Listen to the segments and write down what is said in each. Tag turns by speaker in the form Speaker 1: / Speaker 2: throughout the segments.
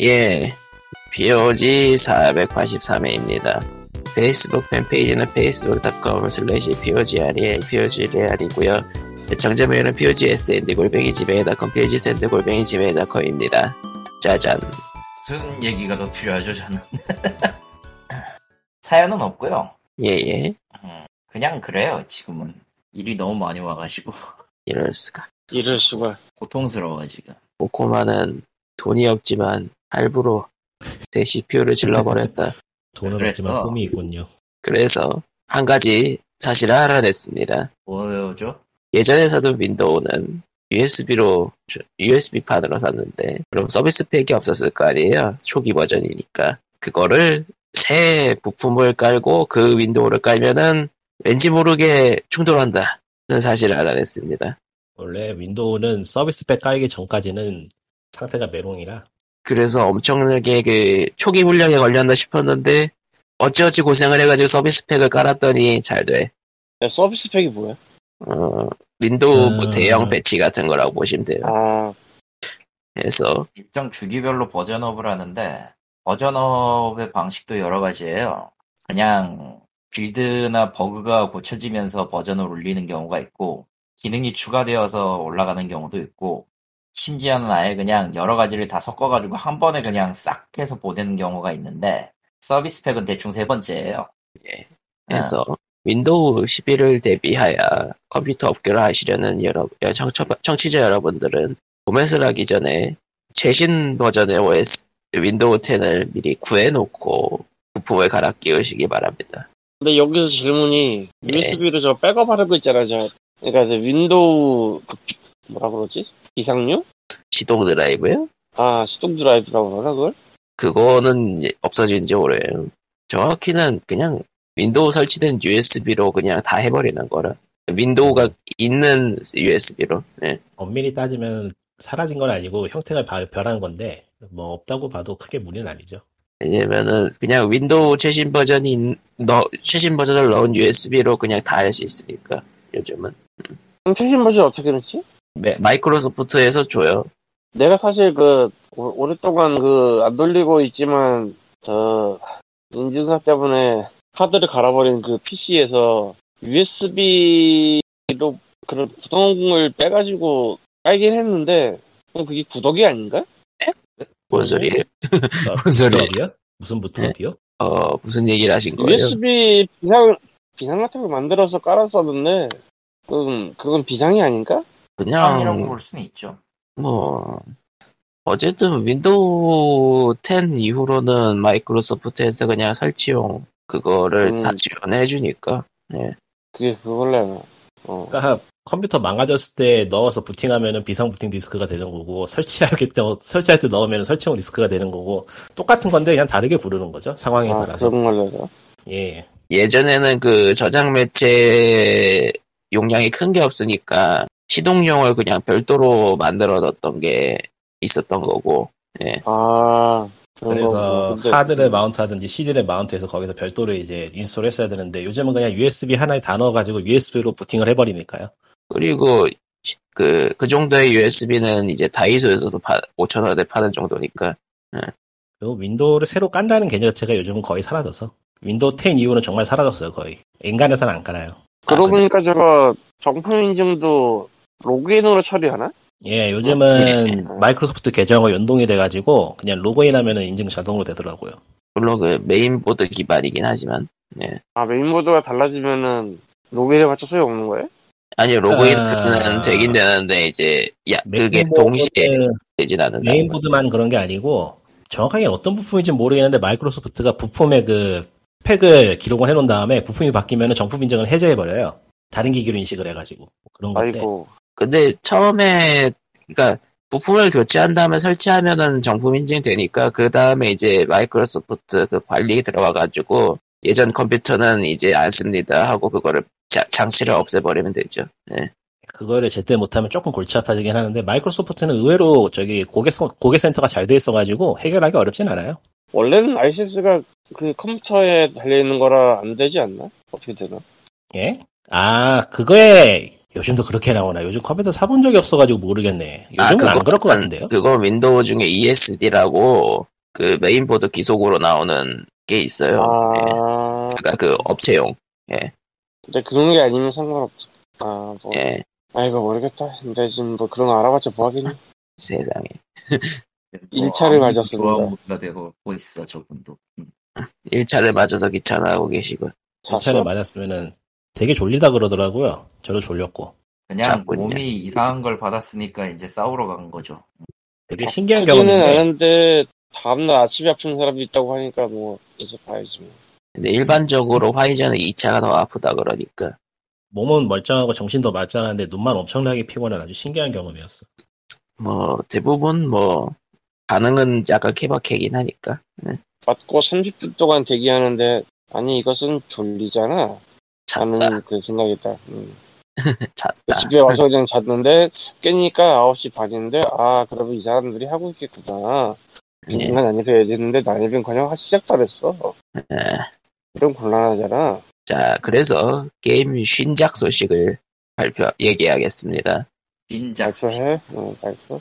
Speaker 1: 예, POG 483회입니다. 페이스북 팬페이지는 facebook.com slash POGREAL, POGREAL이고요. 애청자 메일은 POGSND 골뱅이 지메일.com, POGSND 골뱅이 지메일.com입니다. 짜잔.
Speaker 2: 무슨 얘기가 더 필요하죠, 저는? 사연은 없고요.
Speaker 1: 예예,
Speaker 2: 음, 그냥 그래요, 지금은. 일이 너무 많이 와가지고.
Speaker 1: 이럴수가.
Speaker 3: 이럴 수가.
Speaker 2: 고통스러워, 지금.
Speaker 1: 코코마는 돈이 없지만 할부로 대 CPU를 질러버렸다.
Speaker 4: 돈은
Speaker 2: 그래서-
Speaker 4: 없지만 꿈이 있군요.
Speaker 1: 그래서 한 가지 사실을 알아냈습니다.
Speaker 2: 뭐죠?
Speaker 1: 예전에 사던 윈도우는 USB로 USB 판으로 샀는데 그럼 서비스 팩이 없었을 거 아니에요 초기 버전이니까 그거를 새 부품을 깔고 그 윈도우를 깔면은 왠지 모르게 충돌한다는 사실을 알아냈습니다
Speaker 4: 원래 윈도우는 서비스 팩 깔기 전까지는 상태가 메롱이라
Speaker 1: 그래서 엄청나게 그 초기 불량에 걸렸나 싶었는데 어찌어찌 고생을 해가지고 서비스 팩을 깔았더니 잘돼
Speaker 3: 야, 서비스 팩이 뭐야?
Speaker 1: 어, 윈도우 뭐
Speaker 4: 음.
Speaker 1: 대형 배치 같은 거라고 보시면 돼요
Speaker 3: 아,
Speaker 1: 그래서
Speaker 2: 일정 주기별로 버전업을 하는데, 버전업의 방식도 여러 가지예요. 그냥 빌드나 버그가 고쳐지면서 버전을 올리는 경우가 있고, 기능이 추가되어서 올라가는 경우도 있고, 심지어는 아예 그냥 여러 가지를 다 섞어가지고 한 번에 그냥 싹 해서 보내는 경우가 있는데, 서비스 팩은 대충 세 번째예요.
Speaker 1: 예. 그래서 윈도우 11을 대비하여 컴퓨터 업계를 하시려는 여러 여- 청처- 청취자 여러분들은 도매스를 하기 전에 최신 버전의 OS 윈도우 10을 미리 구해놓고 부품을 갈아 끼우시기 바랍니다.
Speaker 3: 근데 여기서 질문이
Speaker 1: 예.
Speaker 3: USB로 저 백업하는 거 있잖아, 저. 그러니까 저 윈도우 그 비- 뭐라 그러지? 비상류?
Speaker 1: 시동 드라이브요?
Speaker 3: 아, 시동 드라이브라고 그러나 그걸?
Speaker 1: 그거는 이제 없어진 지 오래요. 정확히는 그냥 윈도우 설치된 USB로 그냥 다 해버리는 거라. 윈도우가 있는 USB로. 예.
Speaker 4: 엄밀히 따지면 사라진 건 아니고 형태가 바- 변한 건데 뭐 없다고 봐도 크게 무리는 아니죠.
Speaker 1: 왜냐면은 그냥 윈도우 최신 버전이 있- 넣, 최신 버전을 넣은 USB로 그냥 다 할 수 있으니까 요즘은
Speaker 3: 그럼 최신 버전 어떻게 넣지?
Speaker 1: 매- 마이크로소프트에서 줘요.
Speaker 3: 내가 사실 그 오- 오랫동안 그 안 돌리고 있지만 저 인증사자분의 카드를 갈아버린 그 PC에서 USB로 그런 구동을 빼가지고 깔긴 했는데 그럼 그게 구덕이 아닌가?
Speaker 1: 뭔 소리예요?
Speaker 4: 그러니까
Speaker 1: 무슨 소리예요?
Speaker 4: 부트업이요? 무슨 부트업이요?
Speaker 1: 어 무슨 얘기를 하신 거예요?
Speaker 3: USB 비상 비상 같은 걸 만들어서 깔았었는데 그건 그건 비상이 아닌가?
Speaker 2: 빵이라고
Speaker 1: 그냥
Speaker 2: 볼 수는 있죠.
Speaker 1: 뭐 어쨌든 윈도우 10 이후로는 마이크로소프트에서 그냥 설치용 그거를
Speaker 3: 음.
Speaker 1: 다 지원해 주니까
Speaker 3: 그게 그걸래나. 어.
Speaker 4: 그러니까 컴퓨터 망가졌을 때 넣어서 부팅하면은 비상 부팅 디스크가 되는 거고 설치하기 때 어, 설치할 때 넣으면 설치용 디스크가 되는 거고 똑같은 건데 그냥 다르게 부르는 거죠 상황에
Speaker 3: 아
Speaker 4: 따라서.
Speaker 3: 그런 걸래나.
Speaker 4: 예.
Speaker 1: 예전에는 그 저장 매체 용량이 큰 게 없으니까 시동용을 그냥 별도로 만들어 뒀던 게 있었던 거고
Speaker 3: 아 그런
Speaker 4: 그래서
Speaker 1: 어,
Speaker 3: 거구나. 근데-
Speaker 4: 하드를
Speaker 1: 음.
Speaker 4: 마운트하든지 CD를 마운트해서 거기서 별도로 이제 인스톨 했어야 되는데 요즘은 그냥 USB 하나에 다 넣어가지고 USB로 부팅을 해버리니까요.
Speaker 1: 그리고 그, 그 정도의 USB는 이제 다이소에서도 5천원에 파는 정도니까 아,
Speaker 4: 그리고 윈도우를 새로 깐다는 개념 자체가 요즘은 거의 사라져서 윈도우 10 이후는 정말 사라졌어요 거의 인간에서는 안 깔아요.
Speaker 3: 그러고
Speaker 1: 아, 근데-
Speaker 3: 보니까 저거 정품 인증도 로그인으로 처리하나?
Speaker 4: 예, 요즘은
Speaker 1: 예.
Speaker 4: 마이크로소프트 계정과 연동이 돼가지고 그냥 로그인하면 인증 자동으로 되더라고요.
Speaker 1: 물론 그 메인보드 기반이긴 하지만 예.
Speaker 3: 아 메인보드가 달라지면은 로그인에 맞춰 소용없는
Speaker 4: 네.
Speaker 3: 거예요?
Speaker 1: 아니 로그인은
Speaker 4: 아.
Speaker 1: 되긴 되는데 이제 야 그게
Speaker 4: 메인보드는-
Speaker 1: 동시에 되진
Speaker 3: 네,
Speaker 1: 않는다
Speaker 4: 메인보드만 그런 게 아니고 정확하게 어떤 부품인지 는 모르겠는데 마이크로소프트가 부품의 그 팩을 기록을 해놓은 다음에 부품이 바뀌면 정품 인증을 해제해버려요. 다른 기기로 인식을 해가지고 뭐 그런 건데
Speaker 3: 아이고
Speaker 1: 근데 처음에 그러니까 부품을 교체한 다음에 설치하면은 정품 인증 되니까 그 다음에 이제 마이크로소프트 그 관리 들어가가지고 예전 컴퓨터는 이제 안 씁니다 하고 그거를 자- 장치를 없애버리면 되죠. 예.
Speaker 4: 그거를 제때 못하면 조금 골치 아파지긴 하는데 마이크로소프트는 의외로 저기 고객 고객센터가 잘 돼 있어가지고 해결하기 어렵진 않아요.
Speaker 3: 원래는 RCS가 그 컴퓨터에 달려 있는 거라 안 되지 않나? 어떻게 되나?
Speaker 4: 예? 아, 그거에 요즘도 그렇게 나오나? 요즘 컴퓨터
Speaker 1: 아,
Speaker 3: 아,
Speaker 4: 사본 적이 없어가지고 모르겠네. 요즘은 안 그럴 것 같은데요?
Speaker 1: 그거 윈도우 중에 ESD라고 E 그 메인보드 기속으로 나오는 게
Speaker 4: 네.
Speaker 1: 있어요. 예.
Speaker 3: 아,
Speaker 1: 그러니까 그 업체용.
Speaker 3: 근데 그런 게 아니면 상관없어. 아, 뭐,
Speaker 4: 네.
Speaker 1: 예.
Speaker 3: 아이고, 모르겠다. 근데 지금 뭐 그런 거 알아봤자 뭐 하겠니?
Speaker 1: 세상에.
Speaker 3: 일차를
Speaker 2: 아무리
Speaker 3: 가졌습니다.
Speaker 2: 좋아 모드가 되고 있어 저분도. 음.
Speaker 1: 1차를 맞아서 귀찮아하고 계시고.
Speaker 4: 전차를 맞았으면은 되게 졸리다 그러더라고요. 저도 졸렸고.
Speaker 2: 그냥
Speaker 1: 자꾸
Speaker 2: 몸이
Speaker 1: 그냥.
Speaker 2: 이상한 걸 받았으니까 이제 싸우러 간 거죠.
Speaker 1: 어,
Speaker 4: 되게 신기한
Speaker 3: 는
Speaker 4: 경험인데
Speaker 3: 아는데, 다음날 아침에 아픈 사람도 있다고 하니까 뭐, 이제 봐야지. 뭐.
Speaker 1: 근데 일반적으로 화이자는 2차가 더 아프다 그러니까.
Speaker 4: 몸은 멀쩡하고 정신도 말짱한데 눈만 엄청나게 피곤한 아주 신기한 경험이었어.
Speaker 1: 뭐, 대부분 뭐, 반응은 약간 케바케긴 하니까. 예.
Speaker 3: 맞고 30분 동안 대기하는데, 아니, 이것은 졸리잖아.
Speaker 1: 잤다,
Speaker 3: 하는 그 생각이 있다. 음.
Speaker 1: 잤다.
Speaker 3: 집에 와서 그냥 잤는데, 깨니까 9시 반인데, 아, 그러면 이 사람들이 하고 있겠구나. 이
Speaker 1: 예.
Speaker 3: 인간 아니어야 되는데, 난입은 그냥 시작도 안 했어.
Speaker 1: 예.
Speaker 3: 이런 곤란하잖아.
Speaker 1: 자, 그래서 게임 신작 소식을 발표, 얘기하겠습니다.
Speaker 2: 빈작.
Speaker 1: 그렇죠.
Speaker 3: 발표해? 응, 발표.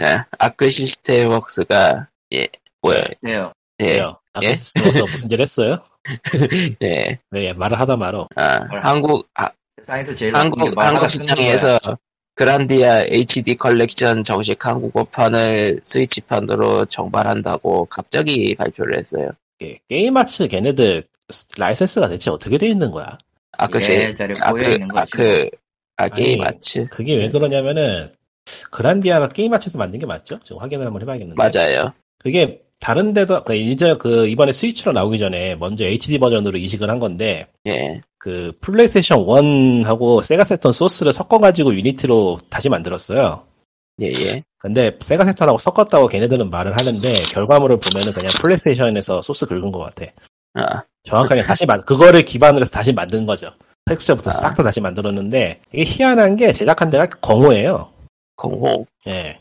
Speaker 1: 예, 아크 시스템 웍스가, 예, 뭐야,
Speaker 2: 네요.
Speaker 1: 예,
Speaker 4: 그래요. 아크스로서 무슨 짓 했어요?
Speaker 1: 예,
Speaker 4: 네, 말을 하다 말어.
Speaker 1: 아,
Speaker 2: 뭐라.
Speaker 1: 한국, 아,
Speaker 2: 세상에서 제일 나쁜 게
Speaker 1: 한국,
Speaker 2: 만화가
Speaker 1: 한국
Speaker 2: 끊는 거야.
Speaker 1: 시장에서 그란디아 HD 컬렉션 정식 한국어판을 스위치판으로 정발한다고 갑자기 발표를 했어요.
Speaker 4: 예, 게임아츠 걔네들 라이센스가 대체 어떻게 돼 있는 거야?
Speaker 1: 아크 시,
Speaker 2: 예전에
Speaker 1: 아크,
Speaker 2: 꼬여있는 거지.
Speaker 1: 아크, 아, 게임
Speaker 4: 아니,
Speaker 1: 아츠.
Speaker 4: 그게 왜 그러냐면은 그란디아가 게임아츠에서 만든 게 맞죠? 지금 확인을 한번 해봐야겠는데.
Speaker 1: 맞아요.
Speaker 4: 그게 다른 데도 그 이제 그 이번에 스위치로 나오기 전에 먼저 HD 버전으로 이식을 한 건데
Speaker 1: 예,
Speaker 4: 그 플레이스테이션 1하고 세가 세턴 소스를 섞어가지고 유니티로 다시 만들었어요.
Speaker 1: 예, 예.
Speaker 4: 근데 세가 세턴하고 섞었다고 걔네들은 말을 하는데 결과물을 보면은 그냥 플레이스테이션에서 소스 긁은 것 같아.
Speaker 1: 아,
Speaker 4: 정확하게 다시 만 그거를 기반으로 해서 다시 만든 거죠. 텍스처부터
Speaker 1: 아.
Speaker 4: 싹 다 다시 만들었는데 이게 희한한 게 제작한 데가 공호예요.
Speaker 1: 공호.
Speaker 4: 예.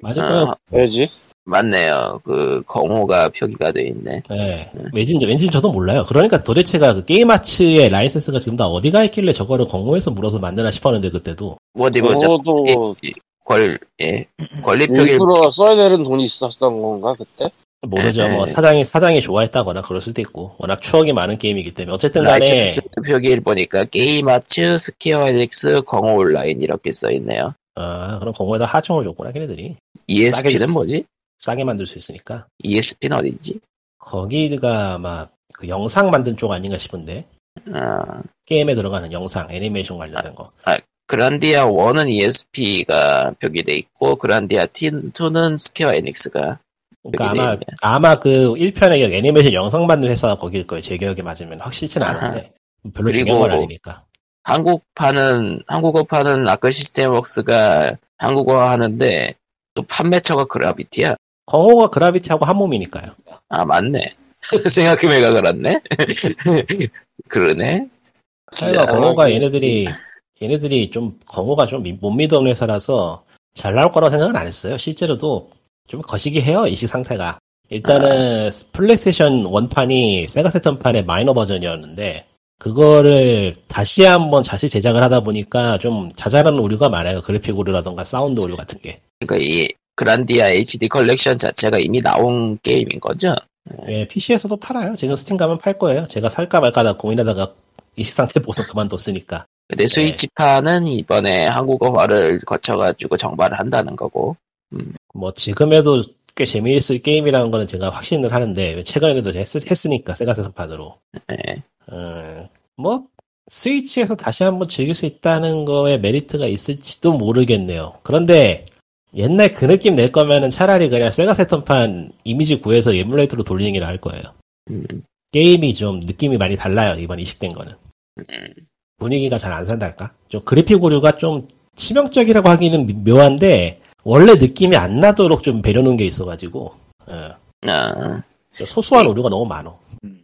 Speaker 4: 맞아요.
Speaker 1: 아,
Speaker 3: 왜지?
Speaker 1: 맞네요. 그, 공호가 표기가 돼 있네.
Speaker 4: 예. 왠지 왠지 저도 몰라요. 그러니까 도대체가 그 게임 아츠의 라이센스가 지금 다 어디가 있길래 저거를 공호에서 물어서 만드나 싶었는데 그때도
Speaker 1: 어디 보자.
Speaker 3: 저도
Speaker 1: 뭐, 권, 예. 권리 표기,
Speaker 3: 뭐, 일부러 그 써야 되는 돈이 있었던 건가, 그때?
Speaker 4: 모르죠. 뭐
Speaker 1: 예.
Speaker 4: 사장이 사장이 좋아했다거나 그럴 수도 있고 워낙 추억이 많은 게임이기 때문에 어쨌든 간에
Speaker 1: 라이센스 표기를 보니까 게임 아츠, 스퀘어 에닉스, 공호 온라인 이렇게 써있네요.
Speaker 4: 아 그럼 공호에다 하청을 줬구나 걔네들이
Speaker 1: ESP는
Speaker 4: 싸게
Speaker 1: 뭐지?
Speaker 4: 싸게 만들 수 있으니까
Speaker 1: ESP는 어딘지?
Speaker 4: 거기가 아마 그 영상 만든 쪽 아닌가 싶은데
Speaker 1: 아,
Speaker 4: 게임에 들어가는 영상 애니메이션 관련된 거.
Speaker 1: 그란디아 1은 ESP가 표기돼 있고, 그란디아 2는 스퀘어 에닉스가.
Speaker 4: 그러니까
Speaker 1: 그게
Speaker 4: 아마
Speaker 1: 돼 있네요.
Speaker 4: 아마 그 1편에 애니메이션 영상 만든 회사가 거기일 거예요. 제 기억에 맞으면 확실치는
Speaker 1: 아하.
Speaker 4: 않은데 별로
Speaker 1: 그리고 뭐
Speaker 4: 중요한 건 아니니까.
Speaker 1: 한국판은, 한국어판은 아크 시스템 웍스가 한국어 하는데, 또 판매처가 그라비티야?
Speaker 4: 광호가 그라비티하고 한 몸이니까요.
Speaker 1: 아, 맞네. 생각해보니까 그렇네? 그러네?
Speaker 4: 하여간
Speaker 1: 자,
Speaker 4: 광호가
Speaker 3: 그러게.
Speaker 4: 얘네들이 얘네들이 좀 광호가 좀 못 믿어온 회사라서 잘 나올 거라고 생각은 안 했어요. 실제로도 좀 거시기해요 이시 상태가. 일단은 플레이스테이션 원판이 세가 세턴판의 마이너 버전이었는데 그거를 다시 한번 다시 제작을 하다 보니까 좀 자잘한 오류가 많아요. 그래픽 오류라던가 사운드 오류 같은 게.
Speaker 1: 그러니까 이 그란디아 HD 컬렉션 자체가 이미 나온 게임인 거죠?
Speaker 4: 예, PC에서도 팔아요. 지금 스팀 가면 팔 거예요. 제가 살까 말까 다 고민하다가 이시 상태 보고 그만뒀으니까.
Speaker 1: 근데 스위치판은 이번에 한국어화를 거쳐가지고 정발을 한다는 거고.
Speaker 4: 뭐 지금에도 꽤 재미있을 게임이라는 거는 제가 확신을 하는데 최근에도 했, 했으니까 세가 세선판으로.
Speaker 1: 예.
Speaker 4: 음, 뭐 스위치에서 다시 한번 즐길 수 있다는 거에 메리트가 있을지도 모르겠네요. 그런데 옛날 그 느낌 낼 거면은 차라리 그냥 세가 세턴판 이미지 구해서 에뮬레이터로 돌리는 게 나을 거예요.
Speaker 1: 음,
Speaker 4: 게임이 좀 느낌이 많이 달라요. 이번 이식된 거는.
Speaker 1: 음.
Speaker 4: 분위기가 잘 안 산달까? 좀 그래픽 오류가 좀 치명적이라고 하기는 미- 묘한데 원래 느낌이 안 나도록 좀 배려놓은 게 있어가지고 어,
Speaker 1: 아,
Speaker 4: 좀 그러니까 소소한
Speaker 1: 네.
Speaker 4: 오류가 너무 많어.
Speaker 2: 음.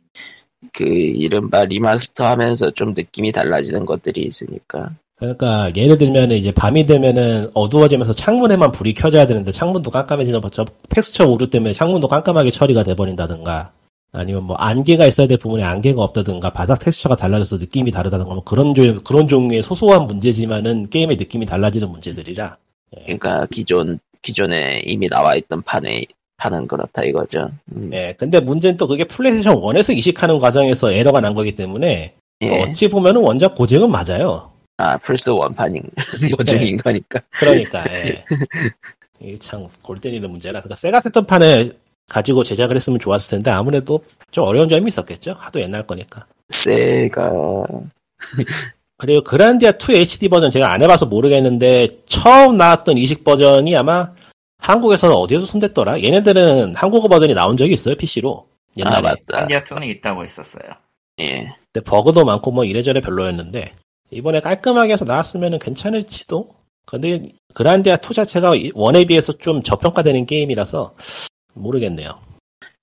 Speaker 1: 그 이른바 리마스터 하면서 좀 느낌이 달라지는 것들이 있으니까.
Speaker 4: 그러니까 예를 들면 이제 밤이 되면은 어두워지면서 창문에만 불이 켜져야 되는데 창문도 깜깜해지는 거죠. 텍스처 오류 때문에 창문도 깜깜하게 처리가 돼버린다든가 아니면 뭐 안개가 있어야 될 부분에 안개가 없다든가 바닥 텍스처가 달라져서 느낌이 다르다든가 뭐 그런 조- 그런 종류의 소소한 문제지만은 게임의 느낌이 달라지는 문제들이라
Speaker 1: 그러니까 기존 기존에 이미 나와 있던 판에 파는 그렇다 이거죠. 음,
Speaker 4: 예, 근데 문제는 또 그게 플레이스테이션 1에서 이식하는 과정에서 에러가 난 거기 때문에
Speaker 1: 예.
Speaker 4: 어찌 보면 은 원작 고증은 맞아요.
Speaker 1: 아 플스 원판인 요즘인 거니까.
Speaker 4: 그러니까 예. 이게 참 골때리는 문제라. 그러니까 세가 세턴판을 가지고 제작을 했으면 좋았을 텐데 아무래도 좀 어려운 점이 있었겠죠. 하도 옛날 거니까.
Speaker 1: 세가
Speaker 4: 그리고 그란디아 2 HD 버전 제가 안 해봐서 모르겠는데 처음 나왔던 이식 버전이 아마 한국에서는 어디에서 손댔더라? 얘네들은 한국어 버전이 나온 적이 있어요 PC로 옛날에.
Speaker 1: 아 맞다.
Speaker 2: 한디아 투는 있다고 했었어요.
Speaker 1: 예.
Speaker 4: 근데 버그도 많고 뭐 이래저래 별로였는데 이번에 깔끔하게 해서 나왔으면 괜찮을지도 근데 그란디아 2 자체가 이- 원에 비해서 좀 저평가되는 게임이라서 모르겠네요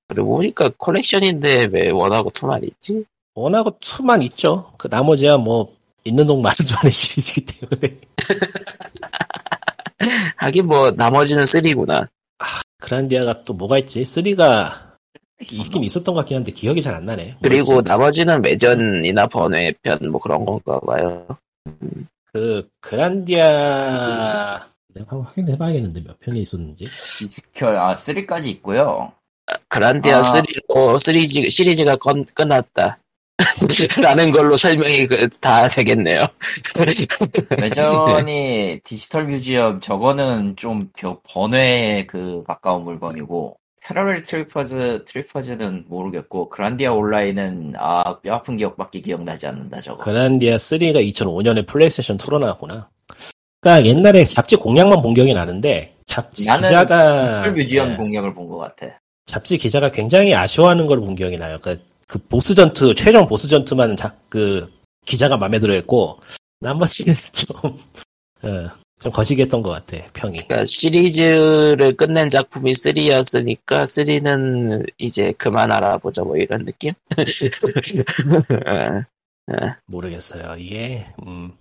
Speaker 1: 그리고 보니까 컬렉션인데 왜 원하고 투만 있지?
Speaker 4: 원하고 2만 있죠 그 나머지야 뭐 있는 동 많은 동안의 시리즈이기 때문에
Speaker 1: 하긴 뭐 나머지는 3구나.
Speaker 4: 그란디아가 또 뭐가 있지 3가 있긴 있었던 것 같긴 한데 기억이 잘 안 나네 뭐
Speaker 1: 그리고
Speaker 4: 있지?
Speaker 1: 나머지는 매전이나 번외편 뭐 그런 건가 봐요.
Speaker 4: 그 그란디아 내가 한번 확인해 봐야겠는데 몇 편이 있었는지
Speaker 2: 이식혈 아 3까지 있고요.
Speaker 1: 그란디아
Speaker 2: 아.
Speaker 1: 3로 3 시리즈가 건- 끝났다. 라는 걸로 설명이 그- 다 되겠네요.
Speaker 2: 외전이 디지털 뮤지엄 저거는 좀 벼- 번외에 그 가까운 물건이고 패러렐 트리퍼즈 트리퍼즈는 모르겠고 그란디아 온라인은 아 뼈아픈 기억밖에 기억나지 않는다 저거.
Speaker 4: 그란디아 3가 2005년에 플레이스테이션 2로 나왔구나. 그러니까 옛날에 잡지 공략만 본 기억이 나는데 잡지
Speaker 2: 나는
Speaker 4: 기자가
Speaker 2: 디지털 뮤지엄
Speaker 4: 네,
Speaker 2: 공략을 본 것 같아.
Speaker 4: 잡지 기자가 굉장히 아쉬워하는 걸 본 기억이 나요. 그러니까 그 보스 전투 최종 보스 전투만 작 그 기자가 마음에 들어했고 나머지는 좀, 어, 좀 거시기했던 것 같아 평이.
Speaker 1: 그러니까 시리즈를 끝낸 작품이 3였으니까 3는 이제 그만 알아보자 뭐 이런 느낌? 어,
Speaker 4: 모르겠어요. 이게 음,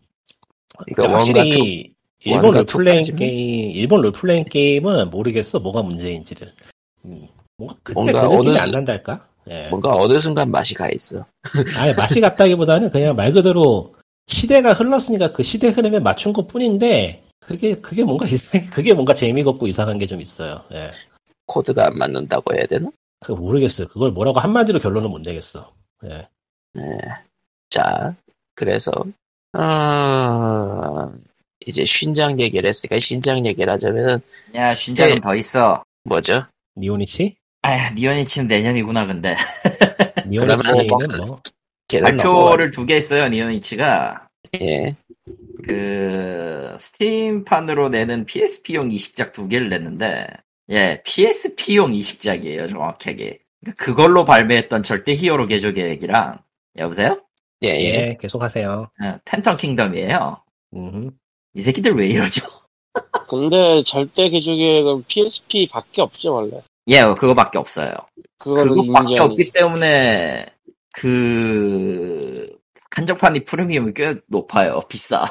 Speaker 1: 그러니까 원과 투,
Speaker 4: 확실히 일본
Speaker 1: 원과
Speaker 4: 롤플레잉
Speaker 1: 투까지는?
Speaker 4: 게임 일본 롤플레잉 게임은 모르겠어 뭐가 문제인지를. 음, 뭔가 그때
Speaker 1: 뭔가
Speaker 4: 그 느낌이
Speaker 1: 어느
Speaker 4: 안
Speaker 1: 수-
Speaker 4: 난달까? 예.
Speaker 1: 뭔가 어느 순간 맛이 가 있어.
Speaker 4: 아니 맛이 같다기보다는 그냥 말 그대로 시대가 흘렀으니까 그 시대 흐름에 맞춘 것 뿐인데 그게 그게 뭔가 이상 그게 뭔가 재미가 없고 이상한 게 좀 있어요. 예.
Speaker 1: 코드가 안 맞는다고 해야 되나?
Speaker 4: 그 모르겠어요. 그걸 뭐라고 한마디로 결론을 못 내겠어. 예.
Speaker 1: 네. 자, 그래서, 아, 이제 신작 얘기를 했으니까 신작 얘기를 하자면은,
Speaker 2: 야 신작은
Speaker 1: 네.
Speaker 2: 더 있어.
Speaker 1: 뭐죠?
Speaker 4: 니오니치?
Speaker 2: 아야 니오니치는 내년이구나 근데 아,
Speaker 4: 니오니치는 뭐
Speaker 1: 걔는
Speaker 2: 발표를 두 개 했어요 니오니치가
Speaker 1: 넘어가죠. 예.
Speaker 2: 그 스팀판으로 내는 PSP용 이식작 두 개를 냈는데 예 PSP용 이식작이에요 정확하게 그러니까 그걸로 발매했던 절대 히어로 개조 계획이랑 여보세요
Speaker 1: 예, 예.
Speaker 4: 예, 계속하세요.
Speaker 2: 예, 팬텀 킹덤이에요
Speaker 1: 뭐,
Speaker 4: 음.
Speaker 2: 이 새끼들 왜 이러죠
Speaker 3: 근데 절대 그 개조계획은 PSP 밖에 없죠, 원래.
Speaker 2: 예 그거밖에 없어요
Speaker 3: 그거는
Speaker 2: 그거밖에
Speaker 3: 인정이.
Speaker 2: 없기 때문에 그 한정판이 프리미엄이 꽤 높아요 비싸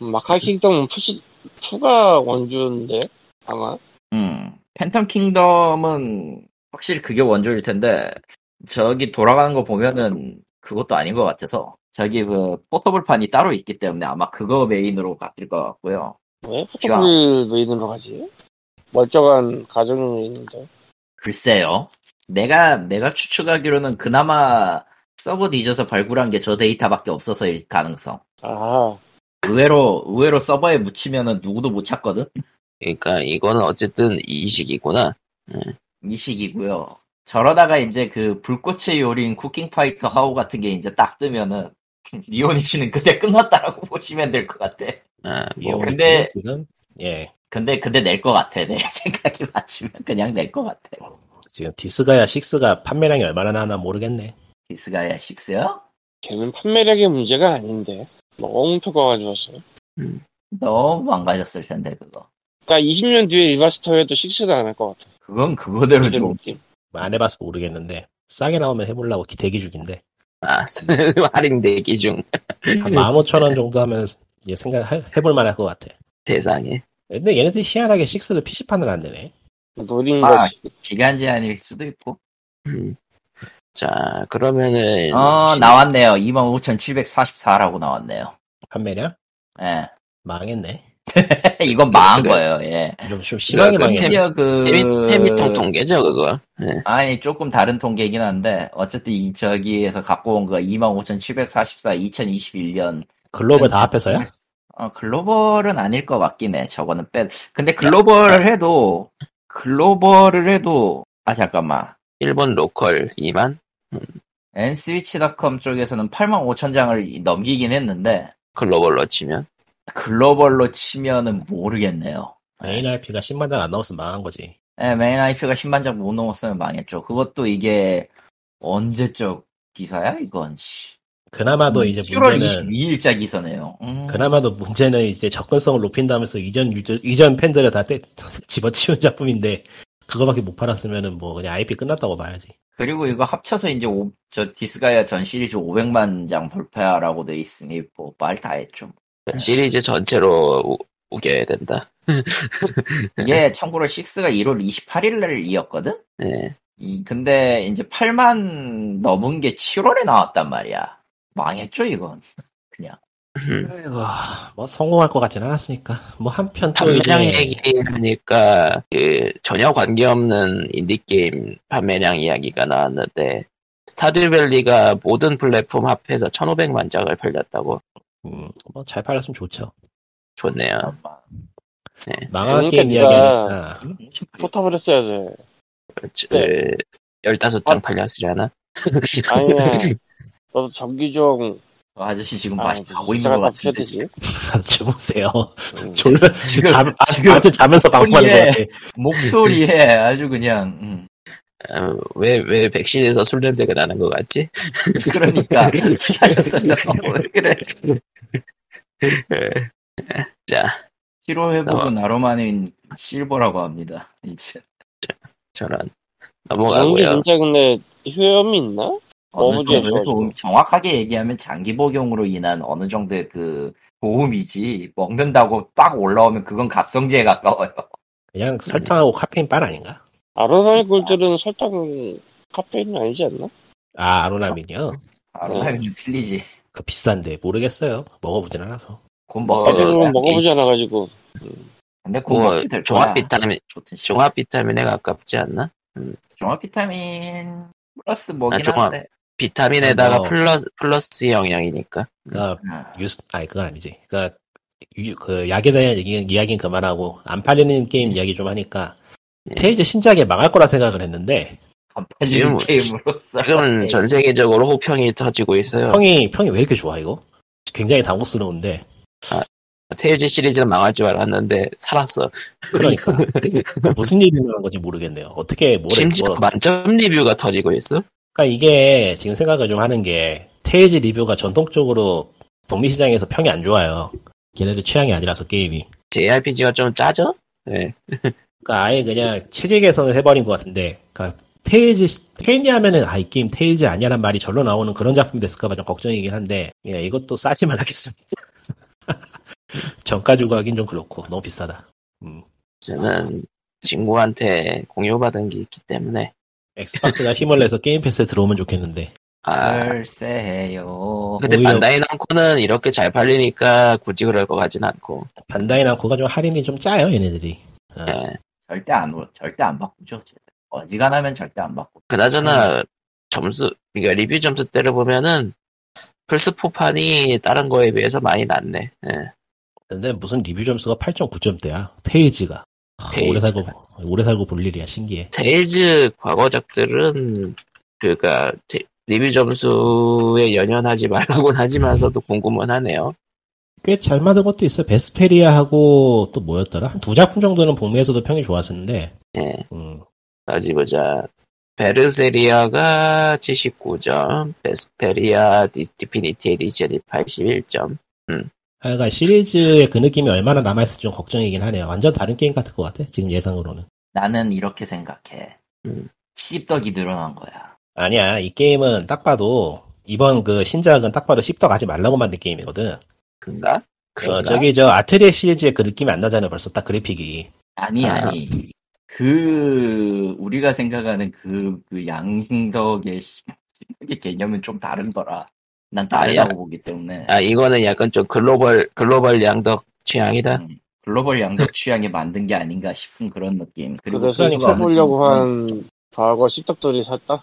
Speaker 3: 음, 마카이 킹덤은 푸시, 푸가 원주인데, 아마.
Speaker 2: 음, 팬텀 킹덤은 확실히 그게 원조일 텐데, 저기 돌아가는 거 보면은 그것도 아닌 것 같아서, 저기 그 포터블판이 따로 있기 때문에 아마 그거 메인으로 바뀔 것 같고요.
Speaker 3: 왜? 포토풀 메인으로 가지? 멀쩡한 가정 메인인데.
Speaker 2: 글쎄요. 내가, 내가 추측하기로는 그나마 서버 뒤져서 발굴한 게 저 데이터밖에 없어서일 가능성.
Speaker 3: 아,
Speaker 2: 의외로, 의외로 서버에 묻히면은 누구도 못 찾거든?
Speaker 1: 그러니까 이거는 어쨌든 이식이구나.
Speaker 2: 이식이고요. 저러다가 이제 그 불꽃의 요리인 쿠킹 파이터 하우 같은 게 이제 딱 뜨면은 니오니치는 그때 끝났다라고 보시면 될 것 같아.
Speaker 1: 아, 뭐,
Speaker 4: 니오니치는
Speaker 2: 근데-
Speaker 4: 지금 예.
Speaker 2: 근데 근데 낼 것 같아. 내 생각에 맞추면 그냥 낼 것 같아.
Speaker 4: 지금 디스가야 6가 판매량이 얼마나 나나 모르겠네.
Speaker 2: 디스가야 6요?
Speaker 3: 걔는 판매력의 문제가 아닌데. 너무 표가가 좋았어.
Speaker 2: 너무 망가졌을 텐데 그거.
Speaker 3: 그니까 그러니까 20년 뒤에 리바스터에도 6도 안 할 것 같아.
Speaker 2: 그건 그거대로
Speaker 3: 이런
Speaker 2: 좀
Speaker 3: 느낌.
Speaker 4: 안 해봐서 모르겠는데 싸게 나오면 해보려고 기- 대기 중인데
Speaker 1: 아, 할인 대기 중
Speaker 4: 한 15,000원 정도 하면 예, 생각 해볼 만할 것 같아.
Speaker 1: 세상에.
Speaker 4: 근데 얘네들 희한하게 6를 PC판을 안 내네.
Speaker 3: 노린
Speaker 2: 아,
Speaker 3: 거지.
Speaker 2: 기간 제한일 수도 있고.
Speaker 1: 음. 자, 그러면은.
Speaker 3: 아,
Speaker 2: 어
Speaker 1: 신-
Speaker 2: 나왔네요. 25,744라고 나왔네요.
Speaker 4: 판매량?
Speaker 2: 예.
Speaker 4: 망했네.
Speaker 2: 이건 망한 거예요. 예.
Speaker 4: 좀, 좀 심하게
Speaker 1: 그건
Speaker 4: 망했네.
Speaker 2: 심지어 그
Speaker 1: 페미통 통계죠 그거. 예.
Speaker 2: 아니 조금 다른 통계이긴 한데 어쨌든 이 저기에서 갖고 온 거 25,744 2021년
Speaker 4: 글로벌 다 합해서야?
Speaker 2: 어, 글로벌은 아닐 것 같긴 해. 저거는 빼. 근데 글로벌을 해도 글로벌을 해도 아 잠깐만.
Speaker 1: 일본 로컬 2만
Speaker 2: nswitch.com 쪽에서는 85,000장을 넘기긴 했는데
Speaker 1: 글로벌로 치면
Speaker 2: 글로벌로 치면은 모르겠네요.
Speaker 4: 메인 IP가 10만 장 안 나왔으면 망한 거지.
Speaker 2: 예, 메인 IP가 10만 장 못 넘었으면 망했죠. 그것도 이게 언제적 기사야 이건? 씨.
Speaker 4: 그나마도 이제
Speaker 2: 7월
Speaker 4: 문제는
Speaker 2: 음, 22일자 기사네요. 음,
Speaker 4: 그나마도 문제는 이제 접근성을 높인다면서 이전 유저, 이전 팬들을 다 떼, 집어치운 작품인데 그거밖에 못 팔았으면은 뭐 그냥 IP 끝났다고 봐야지.
Speaker 2: 그리고 이거 합쳐서 이제 오- 저 디스가이아 전 시리즈 500만 장 돌파라고 돼 있으니 뭐 말 다 했죠.
Speaker 1: 그
Speaker 3: 음.
Speaker 1: 시리즈 전체로 우, 우겨야 된다.
Speaker 2: 이게 참고로 6가 1월 28일 날이었거든.
Speaker 1: 예.
Speaker 2: 이 근데 이제 8만 넘은 게 7월에 나왔단 말이야. 망했죠 이건. 그냥
Speaker 1: 음.
Speaker 4: 아이고, 뭐 성공할 것 같진 않았으니까. 뭐 한편 또
Speaker 1: 판매량
Speaker 4: 이제
Speaker 1: 얘기하니까 그 전혀 관계없는 인디 게임 판매량 이야기가 나왔는데 스타듀밸리가 모든 플랫폼 합해서 1,500만 장을 팔렸다고
Speaker 4: 음, 뭐잘 팔렸으면 좋죠.
Speaker 1: 좋네요.
Speaker 2: 아마
Speaker 4: 망한
Speaker 3: 그러니까
Speaker 4: 게임
Speaker 3: 네가
Speaker 4: 이야기니까
Speaker 3: 포탑을 했어야 돼.
Speaker 1: 그,
Speaker 3: 네.
Speaker 1: 15장
Speaker 3: 아.
Speaker 1: 팔렸으려나?
Speaker 3: 아니야. 너도 정기종
Speaker 2: 저 아저씨 뭐 지금
Speaker 3: 아,
Speaker 2: 맛이 나고 있는 것 같은데 지금.
Speaker 3: 지
Speaker 4: 가서 주무세요.
Speaker 3: 응.
Speaker 4: 아, 졸려 지금 잠
Speaker 2: 지금
Speaker 4: 아무튼 자면서 방송하는 거
Speaker 2: 소리에-
Speaker 4: 같아.
Speaker 2: 목소리에 아주 그냥 음.
Speaker 1: 어, 왜, 왜 백신에서 술 냄새가 나는 것 같지?
Speaker 2: 그러니까 피하셨어요. 왜 그래?
Speaker 1: 자,
Speaker 2: 피로 회복은 아로마닌 실버라고 합니다. 이제
Speaker 1: 저런.
Speaker 3: 이게
Speaker 1: 넘어가고요.
Speaker 3: 진짜 근데 효염이 있나?
Speaker 2: 어느
Speaker 3: 어머지,
Speaker 2: 정도의
Speaker 3: 어머지.
Speaker 2: 도움, 정확하게 얘기하면 장기 복용으로 인한 어느 정도의 그 도움이지 먹는다고 빡 올라오면 그건 각성제에 가까워요.
Speaker 4: 그냥 설탕하고 카페인 빨 아닌가?
Speaker 3: 아로나의 꿀들은 설탕 카페인은 아니지 않나?
Speaker 4: 아 아로나민이요.
Speaker 1: 네.
Speaker 2: 아로마닌 틀리지.
Speaker 4: 그 비싼데 모르겠어요. 먹어보진 않아서.
Speaker 2: 곧
Speaker 1: 뭐,
Speaker 2: 먹게 될 거야.
Speaker 3: 지금 먹어보지 않아가지고
Speaker 2: 근데 곧
Speaker 1: 뭐,
Speaker 2: 먹게 될 거야.
Speaker 1: 종합 비타민,
Speaker 2: 좋든 싫든.
Speaker 1: 종합 비타민에 가깝지 않나?
Speaker 2: 종합 비타민 플러스
Speaker 1: 아,
Speaker 2: 뭐긴
Speaker 1: 종합.
Speaker 2: 한데.
Speaker 1: 비타민에다가
Speaker 4: 뭐.
Speaker 1: 플러스, 플러스 영양이니까.
Speaker 4: 그러니까
Speaker 2: 아,
Speaker 4: 유스 아니 그건 아니지. 그러니까 유- 그 약에 대한 얘기, 이야기는 그만하고 안 팔리는 게임 이야기 좀 하니까
Speaker 1: 예.
Speaker 4: 테이즈 신작에 망할 거라 생각을 했는데
Speaker 2: 안
Speaker 1: 지금
Speaker 2: 팔리는
Speaker 1: 뭐-
Speaker 2: 게임으로서.
Speaker 4: 네.
Speaker 1: 지금 전 세계적으로 호평이 터지고 있어요.
Speaker 4: 평이 평이 왜 이렇게 좋아 이거? 굉장히 당혹스러운데
Speaker 1: 테일즈 시리즈는 망할 줄 알았는데, 살았어.
Speaker 4: 그러니까 무슨 일이 일어난 건지 모르겠네요. 어떻게 뭘
Speaker 1: 심지어
Speaker 4: 뭘-
Speaker 1: 만점 리뷰가 터지고 있어?
Speaker 4: 그러니까 이게 지금 생각을 좀 하는 게 테이즈 리뷰가 전통적으로 북미 시장에서 평이 안 좋아요. 걔네들 취향이 아니라서 게임이.
Speaker 1: JRPG가 좀 짜죠? 네.
Speaker 4: 그러니까 아예 그냥 체질 개선을 해버린 것 같은데. 그러니까 테이즈 테이즈 하면은 아 이 게임 테이즈 아니야란 말이 절로 나오는 그런 작품이 됐을까봐 좀 걱정이긴 한데. 예, 이것도 싸지만 하겠습니다. 정가 주고 하긴 좀 그렇고 너무 비싸다. 음.
Speaker 1: 저는 친구한테 공유받은 게 있기 때문에.
Speaker 4: 엑스박스가 힘을 내서 게임 패스에 들어오면 좋겠는데.
Speaker 2: 네.
Speaker 1: 아,
Speaker 2: 글쎄요.
Speaker 1: 근데
Speaker 4: 오히려-
Speaker 1: 반다이 남코는 이렇게 잘 팔리니까 굳이 그럴 것 같진 않고.
Speaker 4: 반다이 남코가 좀 할인이 좀 짜요 얘네들이. 아,
Speaker 1: 예.
Speaker 2: 절대 안 올- 절대 안 바꾸죠. 어지간하면 절대 안 바꾸.
Speaker 4: 음.
Speaker 1: 그나저나 점수 그러니까 리뷰 점수 때려 보면은 플스 포판이 다른 거에 비해서 많이 낮네. 예.
Speaker 4: 근데 무슨 리뷰 점수가 8.9점대야. 테이지가. 아,
Speaker 1: 테일즈.
Speaker 4: 오래 살고, 오래 살고 볼 일이야, 신기해.
Speaker 1: 테일즈 과거작들은 그니까 리뷰 점수에 연연하지 말라고는 하지만서도 궁금은 하네요.
Speaker 4: 꽤 잘 만든 것도 있어요. 베스페리아하고 또 뭐였더라? 한 두 작품 정도는 북미에서도 평이 좋았었는데,
Speaker 1: 예.
Speaker 4: 음,
Speaker 1: 어디 보자. 베르세리아가 79점, 베스페리아 디- 디피니티 에디션이 81점.
Speaker 4: 하여간 시리즈의 그 느낌이 얼마나 남아있을지 좀 걱정이긴 하네요. 완전 다른 게임 같을 것 같아, 지금 예상으로는.
Speaker 2: 나는 이렇게 생각해.
Speaker 1: 음.
Speaker 2: 시집덕이 늘어난 거야.
Speaker 4: 아니야, 이 게임은 딱 봐도, 이번 그 신작은 딱 봐도 씹덕 하지 말라고 만든 게임이거든.
Speaker 1: 그런가?
Speaker 4: 어,
Speaker 1: 그런가?
Speaker 4: 저기 저 아트리에 시리즈의 그 느낌이 안 나잖아요, 벌써 딱 그래픽이.
Speaker 2: 아니
Speaker 1: 아.
Speaker 2: 아니. 그 우리가 생각하는 그, 그 양덕의 시- 시댁의 개념은 좀 다른 거라. 난 다르다고 보기 때문에.
Speaker 1: 아 이거는 약간 좀 글로벌 글로벌 양덕 취향이다.
Speaker 2: 음, 글로벌 양적 취향에 만든 게 아닌가 싶은 그런 느낌. 그리고
Speaker 4: 그래서
Speaker 3: 그것을
Speaker 4: 그러니까.
Speaker 3: 쳐보려고 한 과거 씹덕들이 샀다?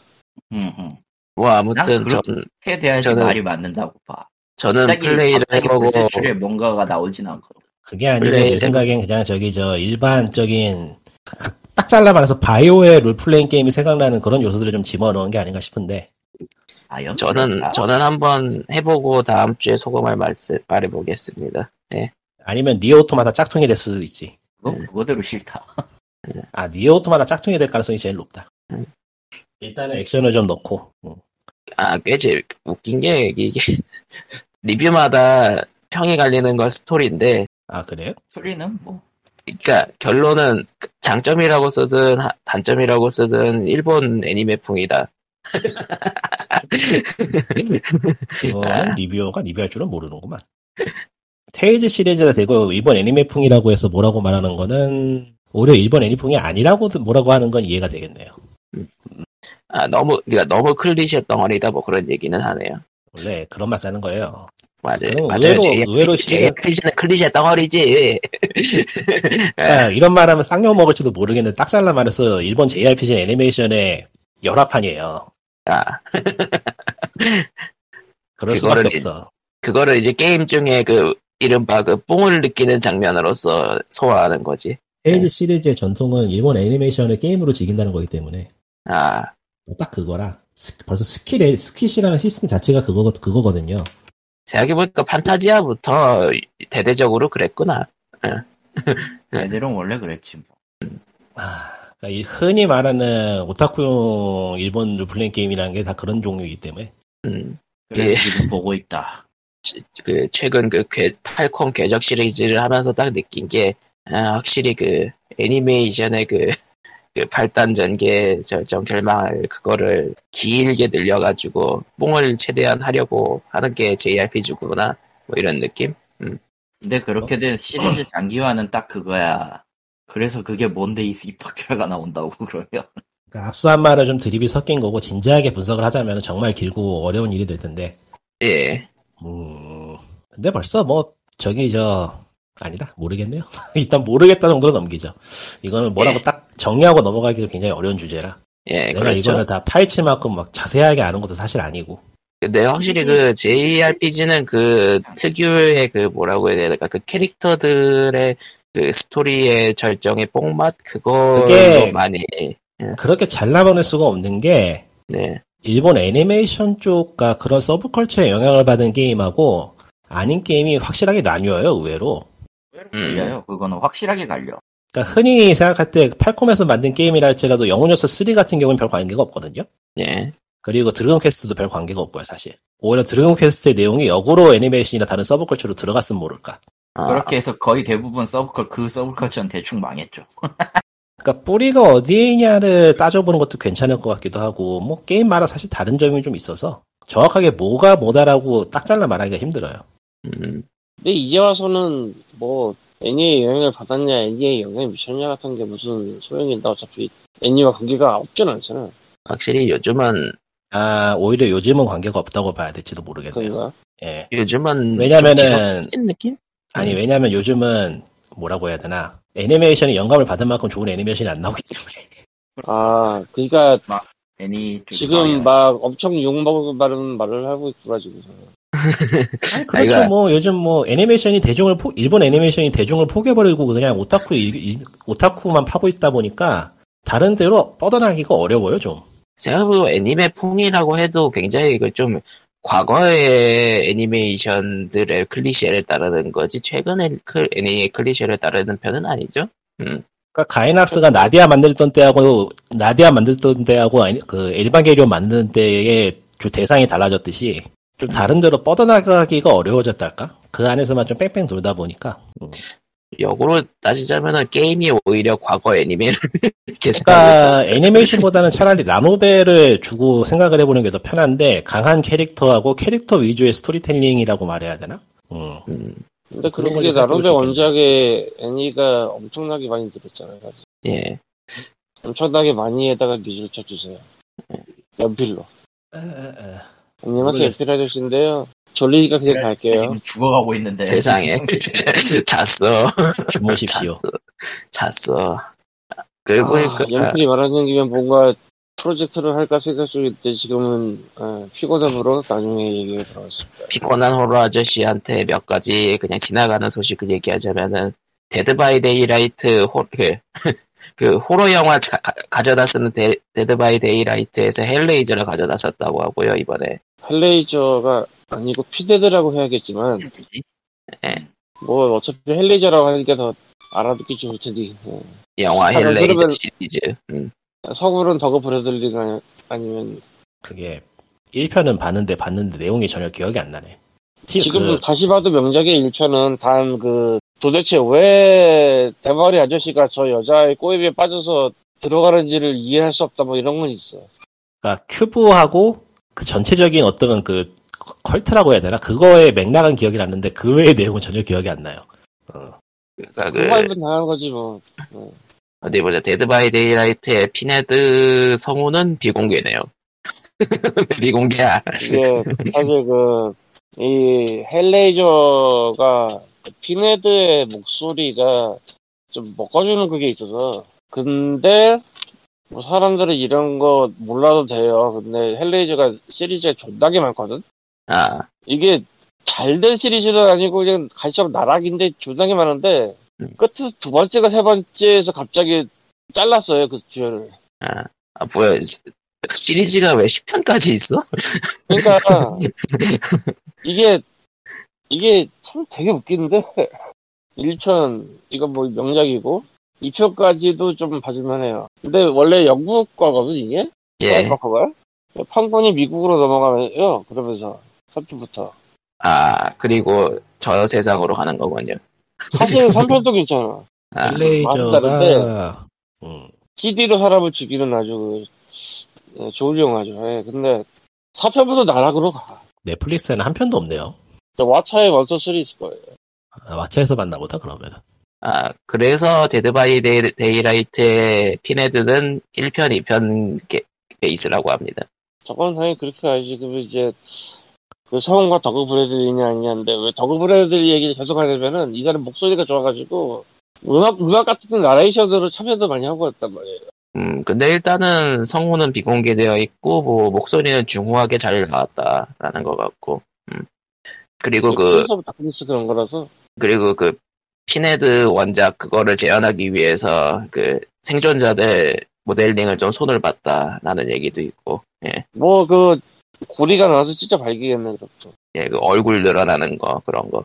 Speaker 2: 음, 음.
Speaker 1: 뭐 아무튼
Speaker 2: 그렇-
Speaker 1: 전,
Speaker 2: 해대야지
Speaker 1: 저는-
Speaker 2: 말이 맞는다고 봐.
Speaker 1: 저는
Speaker 2: 갑자기
Speaker 1: 플레이를
Speaker 2: 갑자기
Speaker 1: 해보고
Speaker 2: 요새 줄에 뭔가가 나오진 않거든.
Speaker 4: 그게 아니고
Speaker 1: 원래
Speaker 4: 내 생각엔 그냥 저기 저 일반적인 각- 딱 잘라 말해서 바이오의 롤플레잉 게임이 생각나는 그런 요소들을 좀 집어넣은 게 아닌가 싶은데
Speaker 2: 아, 연
Speaker 1: 저는 저는 한번 해보고 다음 주에 소감을 말, 말해보겠습니다.
Speaker 4: 아니면 니오토마다 짝퉁이 될 수도 있지
Speaker 2: 뭐
Speaker 1: 네.
Speaker 2: 그거 그거대로 싫다.
Speaker 4: 아 니오토마다 짝퉁이 될 가능성이 제일 높다
Speaker 1: 음.
Speaker 4: 일단은 액션을 좀 넣고 음.
Speaker 1: 아, 꽤 제, 웃긴 게 이게 리뷰마다 평이 갈리는 건 스토리인데
Speaker 4: 아 그래요?
Speaker 2: 소리는 뭐
Speaker 1: 그러니까 결론은 장점이라고 쓰든 하- 단점이라고 쓰든 일본 애니메풍이다.
Speaker 4: 그거는 리뷰어가 리뷰할 줄은 모르는구만 테일즈 시리즈가 되고 일본 애니메풍이라고 해서 뭐라고 말하는 거는 오히려 일본 애니풍이 아니라고 뭐라고 하는 건 이해가 되겠네요
Speaker 1: 아, 너무 그러니까 너무 클리셰 덩어리다 뭐 그런 얘기는 하네요.
Speaker 4: 원래 그런 맛 사는 거예요
Speaker 1: 맞아요.
Speaker 4: 그럼
Speaker 1: 맞아요.
Speaker 4: 의외로-
Speaker 1: 제,
Speaker 4: 의외로
Speaker 1: 제 클리셰는 클리셰 덩어리지. 예.
Speaker 4: 아, 이런 말하면 쌍욕 먹을지도 모르겠는데 딱 잘라 말해서 일본 JRPG 애니메이션의 열화판이에요.
Speaker 1: 아,
Speaker 4: 그럴 수밖에
Speaker 1: 그거를
Speaker 4: 없어.
Speaker 1: 그거를 이제 게임 중에 그 이른바 그 뽕을 느끼는 장면으로서 소화하는 거지.
Speaker 4: 헤이즈 시리즈의 네. 전통은 일본 애니메이션을 게임으로 즐긴다는 거기 때문에 뭐
Speaker 1: 아,
Speaker 4: 딱 그거라. 스- 벌써 스킬 스킷이라는 시스템 자체가 그거 그거거든요.
Speaker 1: 생각해보니까 판타지아부터 대대적으로 그랬구나. 네.
Speaker 2: 애들은 원래 그랬지 뭐.
Speaker 4: 아, 그러니까 이 흔히 말하는 오타쿠용 일본 롤플레잉 게임이라는 게 다 그런 종류이기 때문에
Speaker 1: 음,
Speaker 2: 그래서
Speaker 1: 예.
Speaker 2: 지금 보고 있다.
Speaker 1: 그 최근 그 괴- 팔콘 궤적 시리즈를 하면서 딱 느낀 게 아, 확실히 그 애니메이션의 그, 그 발단 전개 절정 결말 그거를 길게 늘려가지고 뽕을 최대한 하려고 하는 게 JRPG구나 뭐 이런 느낌.
Speaker 2: 근데 그렇게 된 시리즈 장기화는 딱 그거야. 그래서 그게 뭔데 이 입덕자가 나온다고 그러면
Speaker 4: 그러니까 앞서 한 말을 좀 드립이 섞인 거고 진지하게 분석을 하자면 정말 길고 어려운 일이 될 텐데
Speaker 1: 예,
Speaker 4: 음, 근데 벌써 뭐, 저기, 저, 아니다, 모르겠네요. 일단 모르겠다 정도로 넘기죠. 이거는 뭐라고
Speaker 1: 예.
Speaker 4: 딱 정리하고 넘어가기가 굉장히 어려운 주제라.
Speaker 1: 예,
Speaker 4: 내가
Speaker 1: 그렇죠.
Speaker 4: 이거를 다 파헤치만큼 막 자세하게 아는 것도 사실 아니고.
Speaker 1: 근데 확실히 그 JRPG는 그 특유의 그 뭐라고 해야 되나 그 캐릭터들의 그 스토리의 절정의 뽕맛 그거로
Speaker 4: 그게-
Speaker 1: 많이
Speaker 4: 그렇게 잘라버릴 수가 없는 게,
Speaker 1: 네
Speaker 4: 일본 애니메이션 쪽과 그런 서브컬처에 영향을 받은 게임하고, 아닌 게임이 확실하게 나뉘어요, 의외로.
Speaker 2: 갈려요. 그거는 확실하게 갈려.
Speaker 4: 그러니까 흔히 생각할 때, 팔콤에서 만든 게임이라 할지라도 영혼 요소 3 같은 경우는 별 관계가 없거든요.
Speaker 1: 예.
Speaker 4: 그리고 드래곤 퀘스트도 별 관계가 없고요, 사실. 오히려 드래곤 퀘스트의 내용이 역으로 애니메이션이나 다른 서브컬처로 들어갔으면 모를까.
Speaker 1: 아,
Speaker 2: 그렇게 해서 거의 대부분 서브컬 그 서브컬처는 대충 망했죠.
Speaker 4: 그러니까 뿌리가 어디에 있냐를 따져보는 것도 괜찮을 것 같기도 하고, 뭐 게임마다 사실 다른 점이 좀 있어서 정확하게 뭐가 뭐다라고 딱 잘라 말하기가 힘들어요.
Speaker 1: 음,
Speaker 3: 근데 이제 와서는 뭐 애니의 영향을 받았냐, 애니의 영향을 미쳤냐 같은 게 무슨 소용인다. 어차피 애니와 관계가 없진 않잖아.
Speaker 1: 확실히 요즘은
Speaker 4: 아, 오히려 요즘은 관계가 없다고 봐야 될지도 모르겠네요.
Speaker 3: 그러니까
Speaker 4: 예.
Speaker 1: 요즘은
Speaker 4: 왜냐면은-
Speaker 1: 좀 지속적인 음. 느낌?
Speaker 4: 아니, 왜냐면 요즘은 뭐라고 해야 되나. 애니메이션이 영감을 받은 만큼 좋은 애니메이션이 안 나오기 때문에.
Speaker 3: 아, 그러니까
Speaker 2: 애니 쪽이 망해요.
Speaker 3: 지금 막 엄청 욕먹은 말을 하고 있구나 지금.
Speaker 4: 아니,
Speaker 1: 아니,
Speaker 4: 그렇죠.
Speaker 1: 그러니까-
Speaker 4: 뭐 요즘 뭐 애니메이션이 대중을 포, 일본 애니메이션이 대중을 포기해버리고 그냥 오타쿠 일- 일- 오타쿠만 파고 있다 보니까 다른 데로 뻗어나기가 어려워요 좀.
Speaker 1: 생각해보면 뭐 애니메 풍이라고 해도 굉장히 그 좀 과거의 애니메이션들의 클리셰를 따르는 거지 최근의 클- 애니의 클리셰를 따르는 편은 아니죠?
Speaker 4: 그러니까 가이낙스가 나디아 만들던 때하고 나디아 만들던 때하고 아니- 그 엘반게리온 만드는 때의 주 대상이 달라졌듯이 좀 다른 데로 뻗어나가기가 어려워졌달까? 그 안에서만 좀 뺑뺑 돌다 보니까. 음.
Speaker 1: 역으로 따지자면은 게임이 오히려 과거 애니메를 계속
Speaker 4: 그러니까 애니메이션보다는 차라리 라노벨을 주고 생각을 해보는 게 더 편한데 강한 캐릭터하고 캐릭터 위주의 스토리텔링이라고 말해야 되나? 음.
Speaker 1: 음,
Speaker 3: 근데
Speaker 4: 그런
Speaker 3: 그런 게
Speaker 4: 걸로 생각해
Speaker 3: 나름의
Speaker 4: 보셨겠네.
Speaker 3: 원작에 애니가 엄청나게 많이 들었잖아요.
Speaker 1: 예.
Speaker 3: 엄청나게 많이에다가 미술 쳐주세요. 연필로.
Speaker 4: 에, 에, 에. 네.
Speaker 3: 안녕하세요,
Speaker 4: 모르겠어요. 네,
Speaker 3: 연필 아저씨인데요. 졸리니까 그냥 갈게요.
Speaker 2: 지금 죽어가고 있는데
Speaker 1: 세상에. 잤어.
Speaker 4: 주무십시오.
Speaker 1: 잤어. 잤어. 그리고 보니까
Speaker 3: 아, 영필이 말하는 김에 뭔가 프로젝트를 할까 생각 중인데 지금은 아, 피곤함으로 나중에 얘기해 들어갔습니다.
Speaker 1: 피곤한 호러 아저씨한테 몇 가지 그냥 지나가는 소식을 얘기하자면은 데드 바이 데이라이트 호, 그, 그 호러 영화 가, 져다 쓰는 데, 데드 바이 데이라이트에서 헬레이저를 가져다 썼다고 하고요 이번에
Speaker 3: 헬레이저가 아니고 피데드라고 해야겠지만
Speaker 1: 예.
Speaker 3: 뭐 어차피 헬레이저라고 하니까 더 알아듣기 좋을 텐데 예.
Speaker 1: 영화
Speaker 3: 아,
Speaker 4: 네,
Speaker 1: 헬레이저
Speaker 3: 그러면-
Speaker 1: 시리즈 음.
Speaker 3: 서울은 더그 브래들리가 아니면
Speaker 4: 그게 1편은 봤는데 봤는데 내용이 전혀 기억이 안 나네. 티-
Speaker 3: 지금도
Speaker 4: 그,
Speaker 3: 다시 봐도 명작의 1편은 단 그 도대체 왜 대머리 아저씨가 저 여자의 꼬입에 빠져서 들어가는지를 이해할 수 없다 뭐 이런 건 있어.
Speaker 4: 그러니까 큐브하고 그 전체적인 어떤 그 컬트라고 해야 되나 그거의 맥락은 기억이 나는데 그 외의 내용은 전혀 기억이 안 나요.
Speaker 1: 그러니까 그
Speaker 3: 한발면 당한 거지 뭐.
Speaker 1: 어디 보자 데드 바이 데이라이트의 피네드 성우는 비공개네요 비공개야
Speaker 3: 이게 사실 그 이 헬레이저가 피네드의 목소리가 좀 먹어주는 그게 있어서 근데 뭐 사람들은 이런 거 몰라도 돼요. 근데 헬레이저가 시리즈가 존나게 많거든.
Speaker 1: 아
Speaker 3: 이게 잘 된 시리즈는 아니고 그냥 간첩 나락인데 존나게 많은데
Speaker 1: 음.
Speaker 3: 끝에서 두 번째가 세 번째에서 갑자기 잘랐어요 그 주연을.
Speaker 1: 아, 아 뭐야 시- 시리즈가 왜 10편까지 있어?
Speaker 3: 그러니까 이게 이게 참 되게 웃기는데 1편 이건 뭐 명작이고 2편까지도 좀 봐줄만 해요. 근데 원래 영국 거거든 이게
Speaker 1: 예.
Speaker 3: 사이버커가 판권이 미국으로 넘어가면요 그러면서 3편부터
Speaker 1: 아 그리고 저 세상으로 가는 거군요.
Speaker 3: 사실 3편도 괜찮아.
Speaker 1: 아,
Speaker 4: 힐레이저가
Speaker 3: 맞다는데.
Speaker 4: 음,
Speaker 3: CD로 사람을 죽이는 아주 그, 예, 좋은 영화죠. 예, 근데 4편부터 나락으로 가.
Speaker 4: 넷플릭스에는 한 편도 없네요.
Speaker 3: 근데 왓챠에 원서 3 있을 거예요.
Speaker 4: 아, 마차에서 봤나 보다 그러면.
Speaker 1: 아, 그래서 데드 바이 데이, 데이라이트의 피네드는 1편, 2편 게- 베이스라고 합니다.
Speaker 3: 저건 당연히 그렇게 가야지. 그럼 이제 그 성우가 더그 브래들리냐 아니냐인데 왜 더그 브래들리 얘기를 계속 하려면은 이 사람 목소리가 좋아가지고 음악 음악 같은 나레이션으로 참여도 많이 하고 왔단 말이에요.
Speaker 1: 음, 근데 일단은 성우는 비공개되어 있고, 뭐, 목소리는 중후하게 잘 나왔다라는 것 같고, 음. 그리고 그,
Speaker 3: 서부 다크니스 그런 거라서
Speaker 1: 그리고 그, 피네드 원작 그거를 재현하기 위해서 그 생존자들 모델링을 좀 손을 봤다라는 얘기도 있고, 예.
Speaker 3: 뭐 그 고리가 나와서 진짜 발기겠네 그렇죠.
Speaker 1: 예, 그 얼굴 늘어나는 거, 그런 거.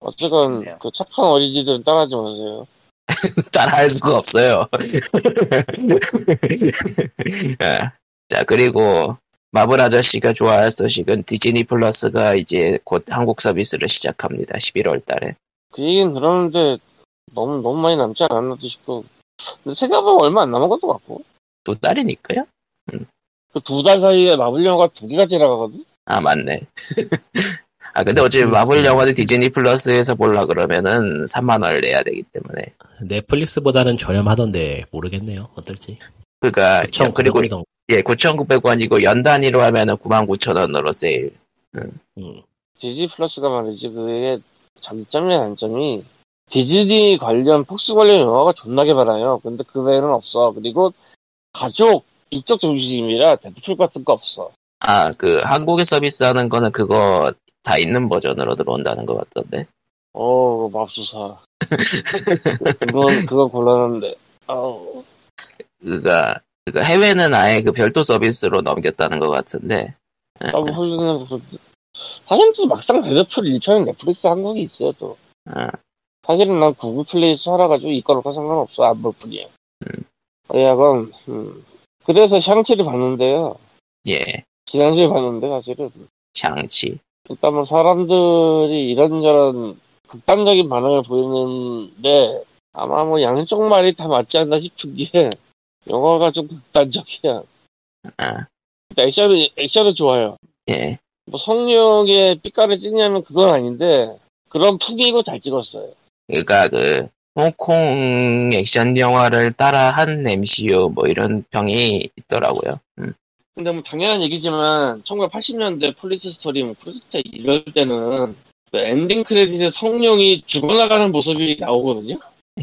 Speaker 3: 어쨌건
Speaker 2: 그래요.
Speaker 3: 그 착한 어린이들은 따라하지 마세요.
Speaker 1: 따라할 수가 없어요. 예. 자, 그리고 마블 아저씨가 좋아할 소식은 디즈니 플러스가 이제 곧 한국 서비스를 시작합니다. 11월 달에.
Speaker 3: 그 얘기는 들었는데 너무 너무 많이 남지 않았나도 싶고 근데 생각보다 얼마 안 남은 것도 같고
Speaker 1: 두 달이니까요?
Speaker 3: 그 두 달 사이에 마블 영화가 두 개가 지나가거든
Speaker 1: 아, 맞네. 아, 근데 어차피
Speaker 4: 넷플릭스.
Speaker 1: 마블 영화는 디즈니 플러스에서 보려 그러면은 3만원을 내야 되기 때문에.
Speaker 4: 넷플릭스보다는 저렴하던데 모르겠네요. 어떨지.
Speaker 1: 그러니까 그니까,
Speaker 4: 그쵸,
Speaker 1: 아, 그리고,
Speaker 4: 그거는
Speaker 1: 예, 9,900원이고 연 단위로 하면은 99,000원으로 세일.
Speaker 4: 음,
Speaker 3: 디즈니 플러스가 말이지 그게 장점이 단점이 디즈니 관련 폭스 관련 영화가 존나게 많아요 근데 그 외에는 없어 그리고 가족 이쪽 중심이라 데드풀 같은 거 없어
Speaker 1: 아, 그, 한국에 서비스 하는 거는 그거 다 있는 버전으로 들어온다는 것 같던데.
Speaker 3: 어 맙소사 그건 그건 곤란한데 아우
Speaker 1: 그가, 그가 해외는 아예 그 별도 서비스로 넘겼다는 것 같은데.
Speaker 3: 아, 뭐, 훌륭한 거. 사실 또 막상 대대표 1편은 넷플릭스 한국이 있어요, 또.
Speaker 1: 아,
Speaker 3: 사실은 난 구글 플레이에서 살아가지고 이거 놓고 상관없어, 안 볼 뿐이야.
Speaker 1: 음.
Speaker 3: 어야건, 음. 그래서 샹치를 봤는데요.
Speaker 1: 예,
Speaker 3: 지난주에 봤는데, 사실은.
Speaker 1: 장치.
Speaker 3: 일단 뭐 사람들이 이런저런 극단적인 반응을 보이는데, 아마 뭐 양쪽 말이 다 맞지 않나 싶은 게, 영화가 좀 극단적이야. 그러니까
Speaker 1: 아,
Speaker 3: 액션은 액션은 좋아요.
Speaker 1: 예.
Speaker 3: 뭐 성룡의 삐까를 찍냐면 그건 아닌데 그런 풍이고 잘 찍었어요.
Speaker 1: 그가 그, 홍콩 액션 영화를 따라한 MCU 뭐 이런 평이 있더라고요. 음.
Speaker 3: 근데 뭐 당연한 얘기지만 1980년대 폴리스 스토리 뭐 프로젝트 이럴 때는 그 엔딩 크레딧에 성룡이 죽어나가는 모습이 나오거든요.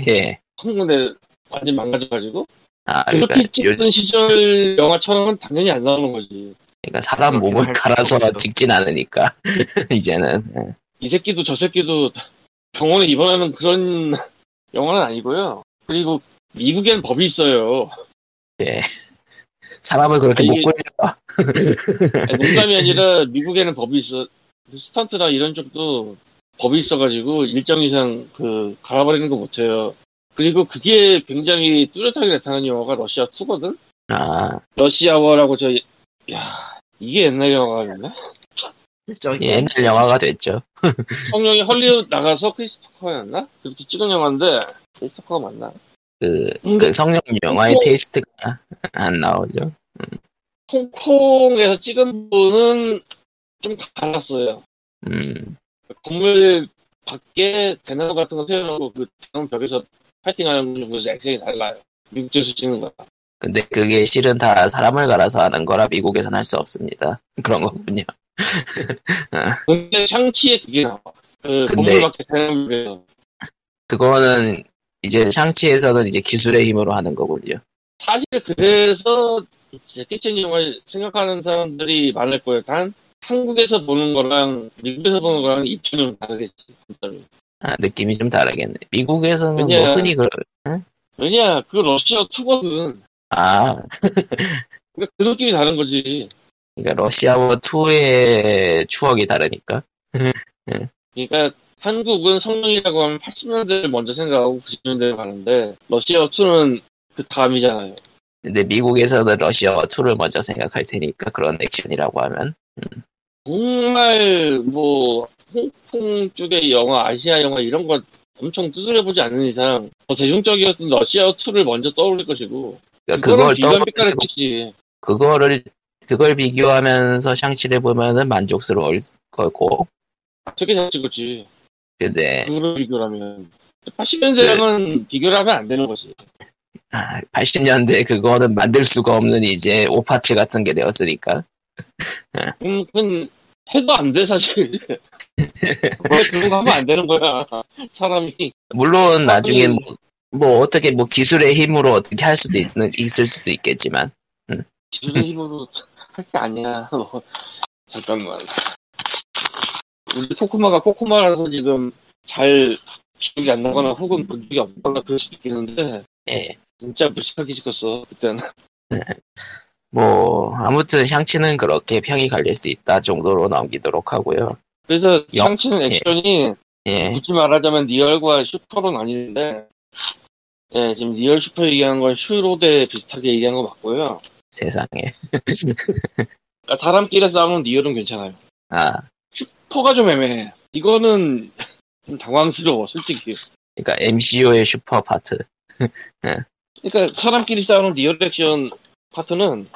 Speaker 1: 예.
Speaker 3: 성룡에 완전 망가져가지고
Speaker 1: 아, 그러니까,
Speaker 3: 그렇게
Speaker 1: 요-
Speaker 3: 찍던 시절 영화처럼은 당연히 안 나오는 거지.
Speaker 1: 그러니까 사람
Speaker 2: 그렇게
Speaker 1: 몸을
Speaker 2: 할
Speaker 1: 갈아서
Speaker 2: 필요가 없어.
Speaker 1: 찍진 않으니까 이제는 예.
Speaker 3: 이 새끼도 저 새끼도 병원에 입원하는 그런 영화는 아니고요. 그리고 미국엔 법이 있어요.
Speaker 1: 사람을 그렇게
Speaker 3: 아,
Speaker 1: 못
Speaker 3: 이게-
Speaker 1: 굴려.
Speaker 3: 아니, 농담이 아니라 미국에는 법이 있어 그 스턴트나 이런 쪽도 법이 있어가지고 일정 이상 그 갈아버리는 거 못해요. 그리고 그게 굉장히 뚜렷하게 나타나는 영화가 러시아 2거든.
Speaker 1: 아,
Speaker 3: 러시아워라고 저 야, 이게 옛날 영화였나?
Speaker 2: 실적이
Speaker 1: 예, 옛날 영화가 됐죠.
Speaker 3: 성령이 헐리우드 나가서 크리스토커였나? 그렇게 찍은 영화인데 크리스토커가 맞나?
Speaker 1: 그,
Speaker 3: 음,
Speaker 1: 그 성룡 영화의
Speaker 3: 음.
Speaker 1: 테이스트가 안 나오죠.
Speaker 3: 홍콩에서 찍은 분은 좀 갈랐어요.
Speaker 1: 음,
Speaker 3: 건물 밖에 대나무 같은 거 세워놓고 그 대나무 벽에서 파이팅하는 정도에서 액션이 달라요. 미국에서 찍는 거야.
Speaker 1: 근데 그게 실은 다 사람을 갈아서 하는 거라 미국에선 할 수 없습니다. 그런 거군요.
Speaker 3: 근데 샹치에 그게 나와. 그
Speaker 1: 근데-
Speaker 3: 건물 밖에 대나무 벽에서
Speaker 1: 그거는 이제 샹치에서는 이제 기술의 힘으로 하는 거군요.
Speaker 3: 사실 그래서 이제 키친 영화를 생각하는 사람들이 많을 거예요. 단 한국에서 보는 거랑 미국에서 보는 거랑 입장이 좀 다르겠지. 진짜로.
Speaker 1: 아, 느낌이 좀 다르겠네. 미국에서는 뭐
Speaker 3: 왜냐-
Speaker 1: 흔히 그,
Speaker 3: 왜냐 그 러시아 투거든.
Speaker 1: 아,
Speaker 3: 그러니까 그 느낌이 다른 거지.
Speaker 1: 그러니까 러시아워 2의 추억이 다르니까.
Speaker 3: 그러니까 한국은 성능이라고 하면 80년대를 먼저 생각하고 90년대를 가는데 러시아 2는 그 다음이잖아요.
Speaker 1: 근데 미국에서는 러시아워 2를 먼저 생각할 테니까 그런 액션이라고 하면
Speaker 3: 정말 뭐 홍콩 쪽의 영화, 아시아 영화 이런 거 엄청 두드려보지 않는 이상 더 대중적이었던 러시아 2를 먼저 떠올릴 것이고
Speaker 1: 그러니까 그걸
Speaker 3: 비관
Speaker 1: 떠올리고
Speaker 3: 빛깔을 찍지.
Speaker 1: 그거를 그걸 비교하면서 샹치를 보면은 만족스러울 거고
Speaker 3: 저게 잘 찍었지.
Speaker 1: 근데
Speaker 3: 그거를 비교하면 80년대랑은 비교를 하면 안 되는 거지.
Speaker 1: 아, 80년대 그거는 만들 수가 없는 이제 오파츠 같은 게 되었으니까
Speaker 3: 음, 그건 해도 안 돼 사실. 왜 그런 거 하면 안 되는 거야 사람이.
Speaker 1: 물론 나중에
Speaker 3: 음.
Speaker 1: 뭐, 뭐 어떻게 뭐 기술의 힘으로 어떻게 할 수도 있는 있을 수도 있겠지만
Speaker 3: 기술의 힘으로 할 게 아니야. 뭐. 잠깐만. 우리 코코마가 코코마라서 지금 잘 기억이 안 나거나 혹은 본 적이 없거나 그럴 수도 있겠는데
Speaker 1: 예.
Speaker 3: 진짜 무식하게 찍었어 그때는.
Speaker 1: 뭐 아무튼 샹치는 그렇게 평이 갈릴 수 있다 정도로 넘기도록 하고요.
Speaker 3: 그래서
Speaker 1: 영-
Speaker 3: 상치는 액션이
Speaker 1: 예.
Speaker 3: 굳이 말하자면 리얼과 슈퍼로 나뉘는데 예, 지금 리얼 슈퍼 얘기한 건 슈로데 비슷하게 얘기한 거 맞고요.
Speaker 1: 세상에.
Speaker 3: 그러니까 사람끼리 싸우는 리얼은 괜찮아요.
Speaker 1: 아,
Speaker 3: 슈퍼가 좀 애매해. 이거는 좀 당황스러워 솔직히.
Speaker 1: 그러니까 MCU의 슈퍼 파트.
Speaker 3: 그러니까 사람끼리 싸우는 리얼 액션 파트는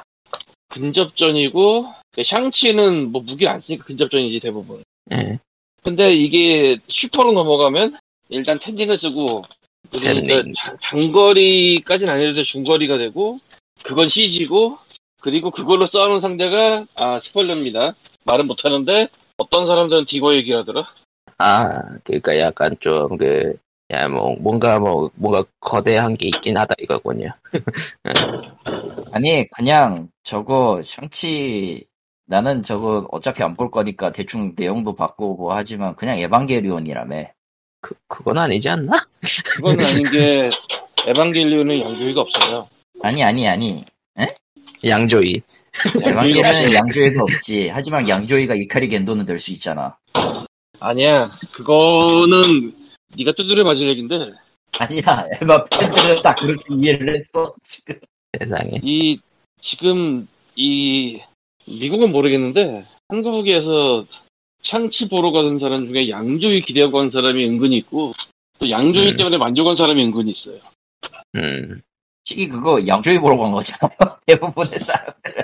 Speaker 3: 근접전이고 그러니까 샹치는 뭐 무기 안 쓰니까 근접전이지 대부분.
Speaker 1: 예.
Speaker 3: 근데 이게 슈퍼로 넘어가면 일단 텐딩을 쓰고 그러니까
Speaker 1: 텐딩.
Speaker 3: 장- 장거리까지는 아니라도 중거리가 되고 그건 CG고 그리고 그걸로 싸우는 상대가 아 스포일러입니다. 말은 못하는데 어떤 사람들은 디고 얘기하더라.
Speaker 1: 아, 그러니까 약간 좀 그, 야, 뭐, 뭔가 뭐, 뭔가 거대한 게 있긴 하다 이거군요.
Speaker 2: 아니 그냥 저거 샹치 나는 저거 어차피 안 볼 거니까 대충 내용도 봤고 뭐 하지만 그냥 에반게리온이라며
Speaker 1: 그, 그건 아니지 않나?
Speaker 3: 그건 아닌 게 에반게리온은 연결이가 없어요.
Speaker 2: 아니 아니 아니
Speaker 1: 양조이.
Speaker 3: 연결이가 없어요.
Speaker 2: 에반게리온은 양조이가 없지 하지만 양조이가 이카리 겐도는 될 수 있잖아
Speaker 3: 아니야. 그거는 네가 두드려 맞을 얘긴데
Speaker 2: 아니야 에바 팬들은 다 그렇게 이해를 했어 지금
Speaker 1: 세상에.
Speaker 3: 이 지금 이 미국은 모르겠는데 한국에서 창치 보러 가는 사람 중에 양조위 기대하고 간 사람이 은근히 있고 또 양조위
Speaker 1: 음.
Speaker 3: 때문에 만족한 사람이 은근히 있어요.
Speaker 1: 음,
Speaker 2: 솔직히 그거 양조이 보러 간 거잖아 대부분의 사람들은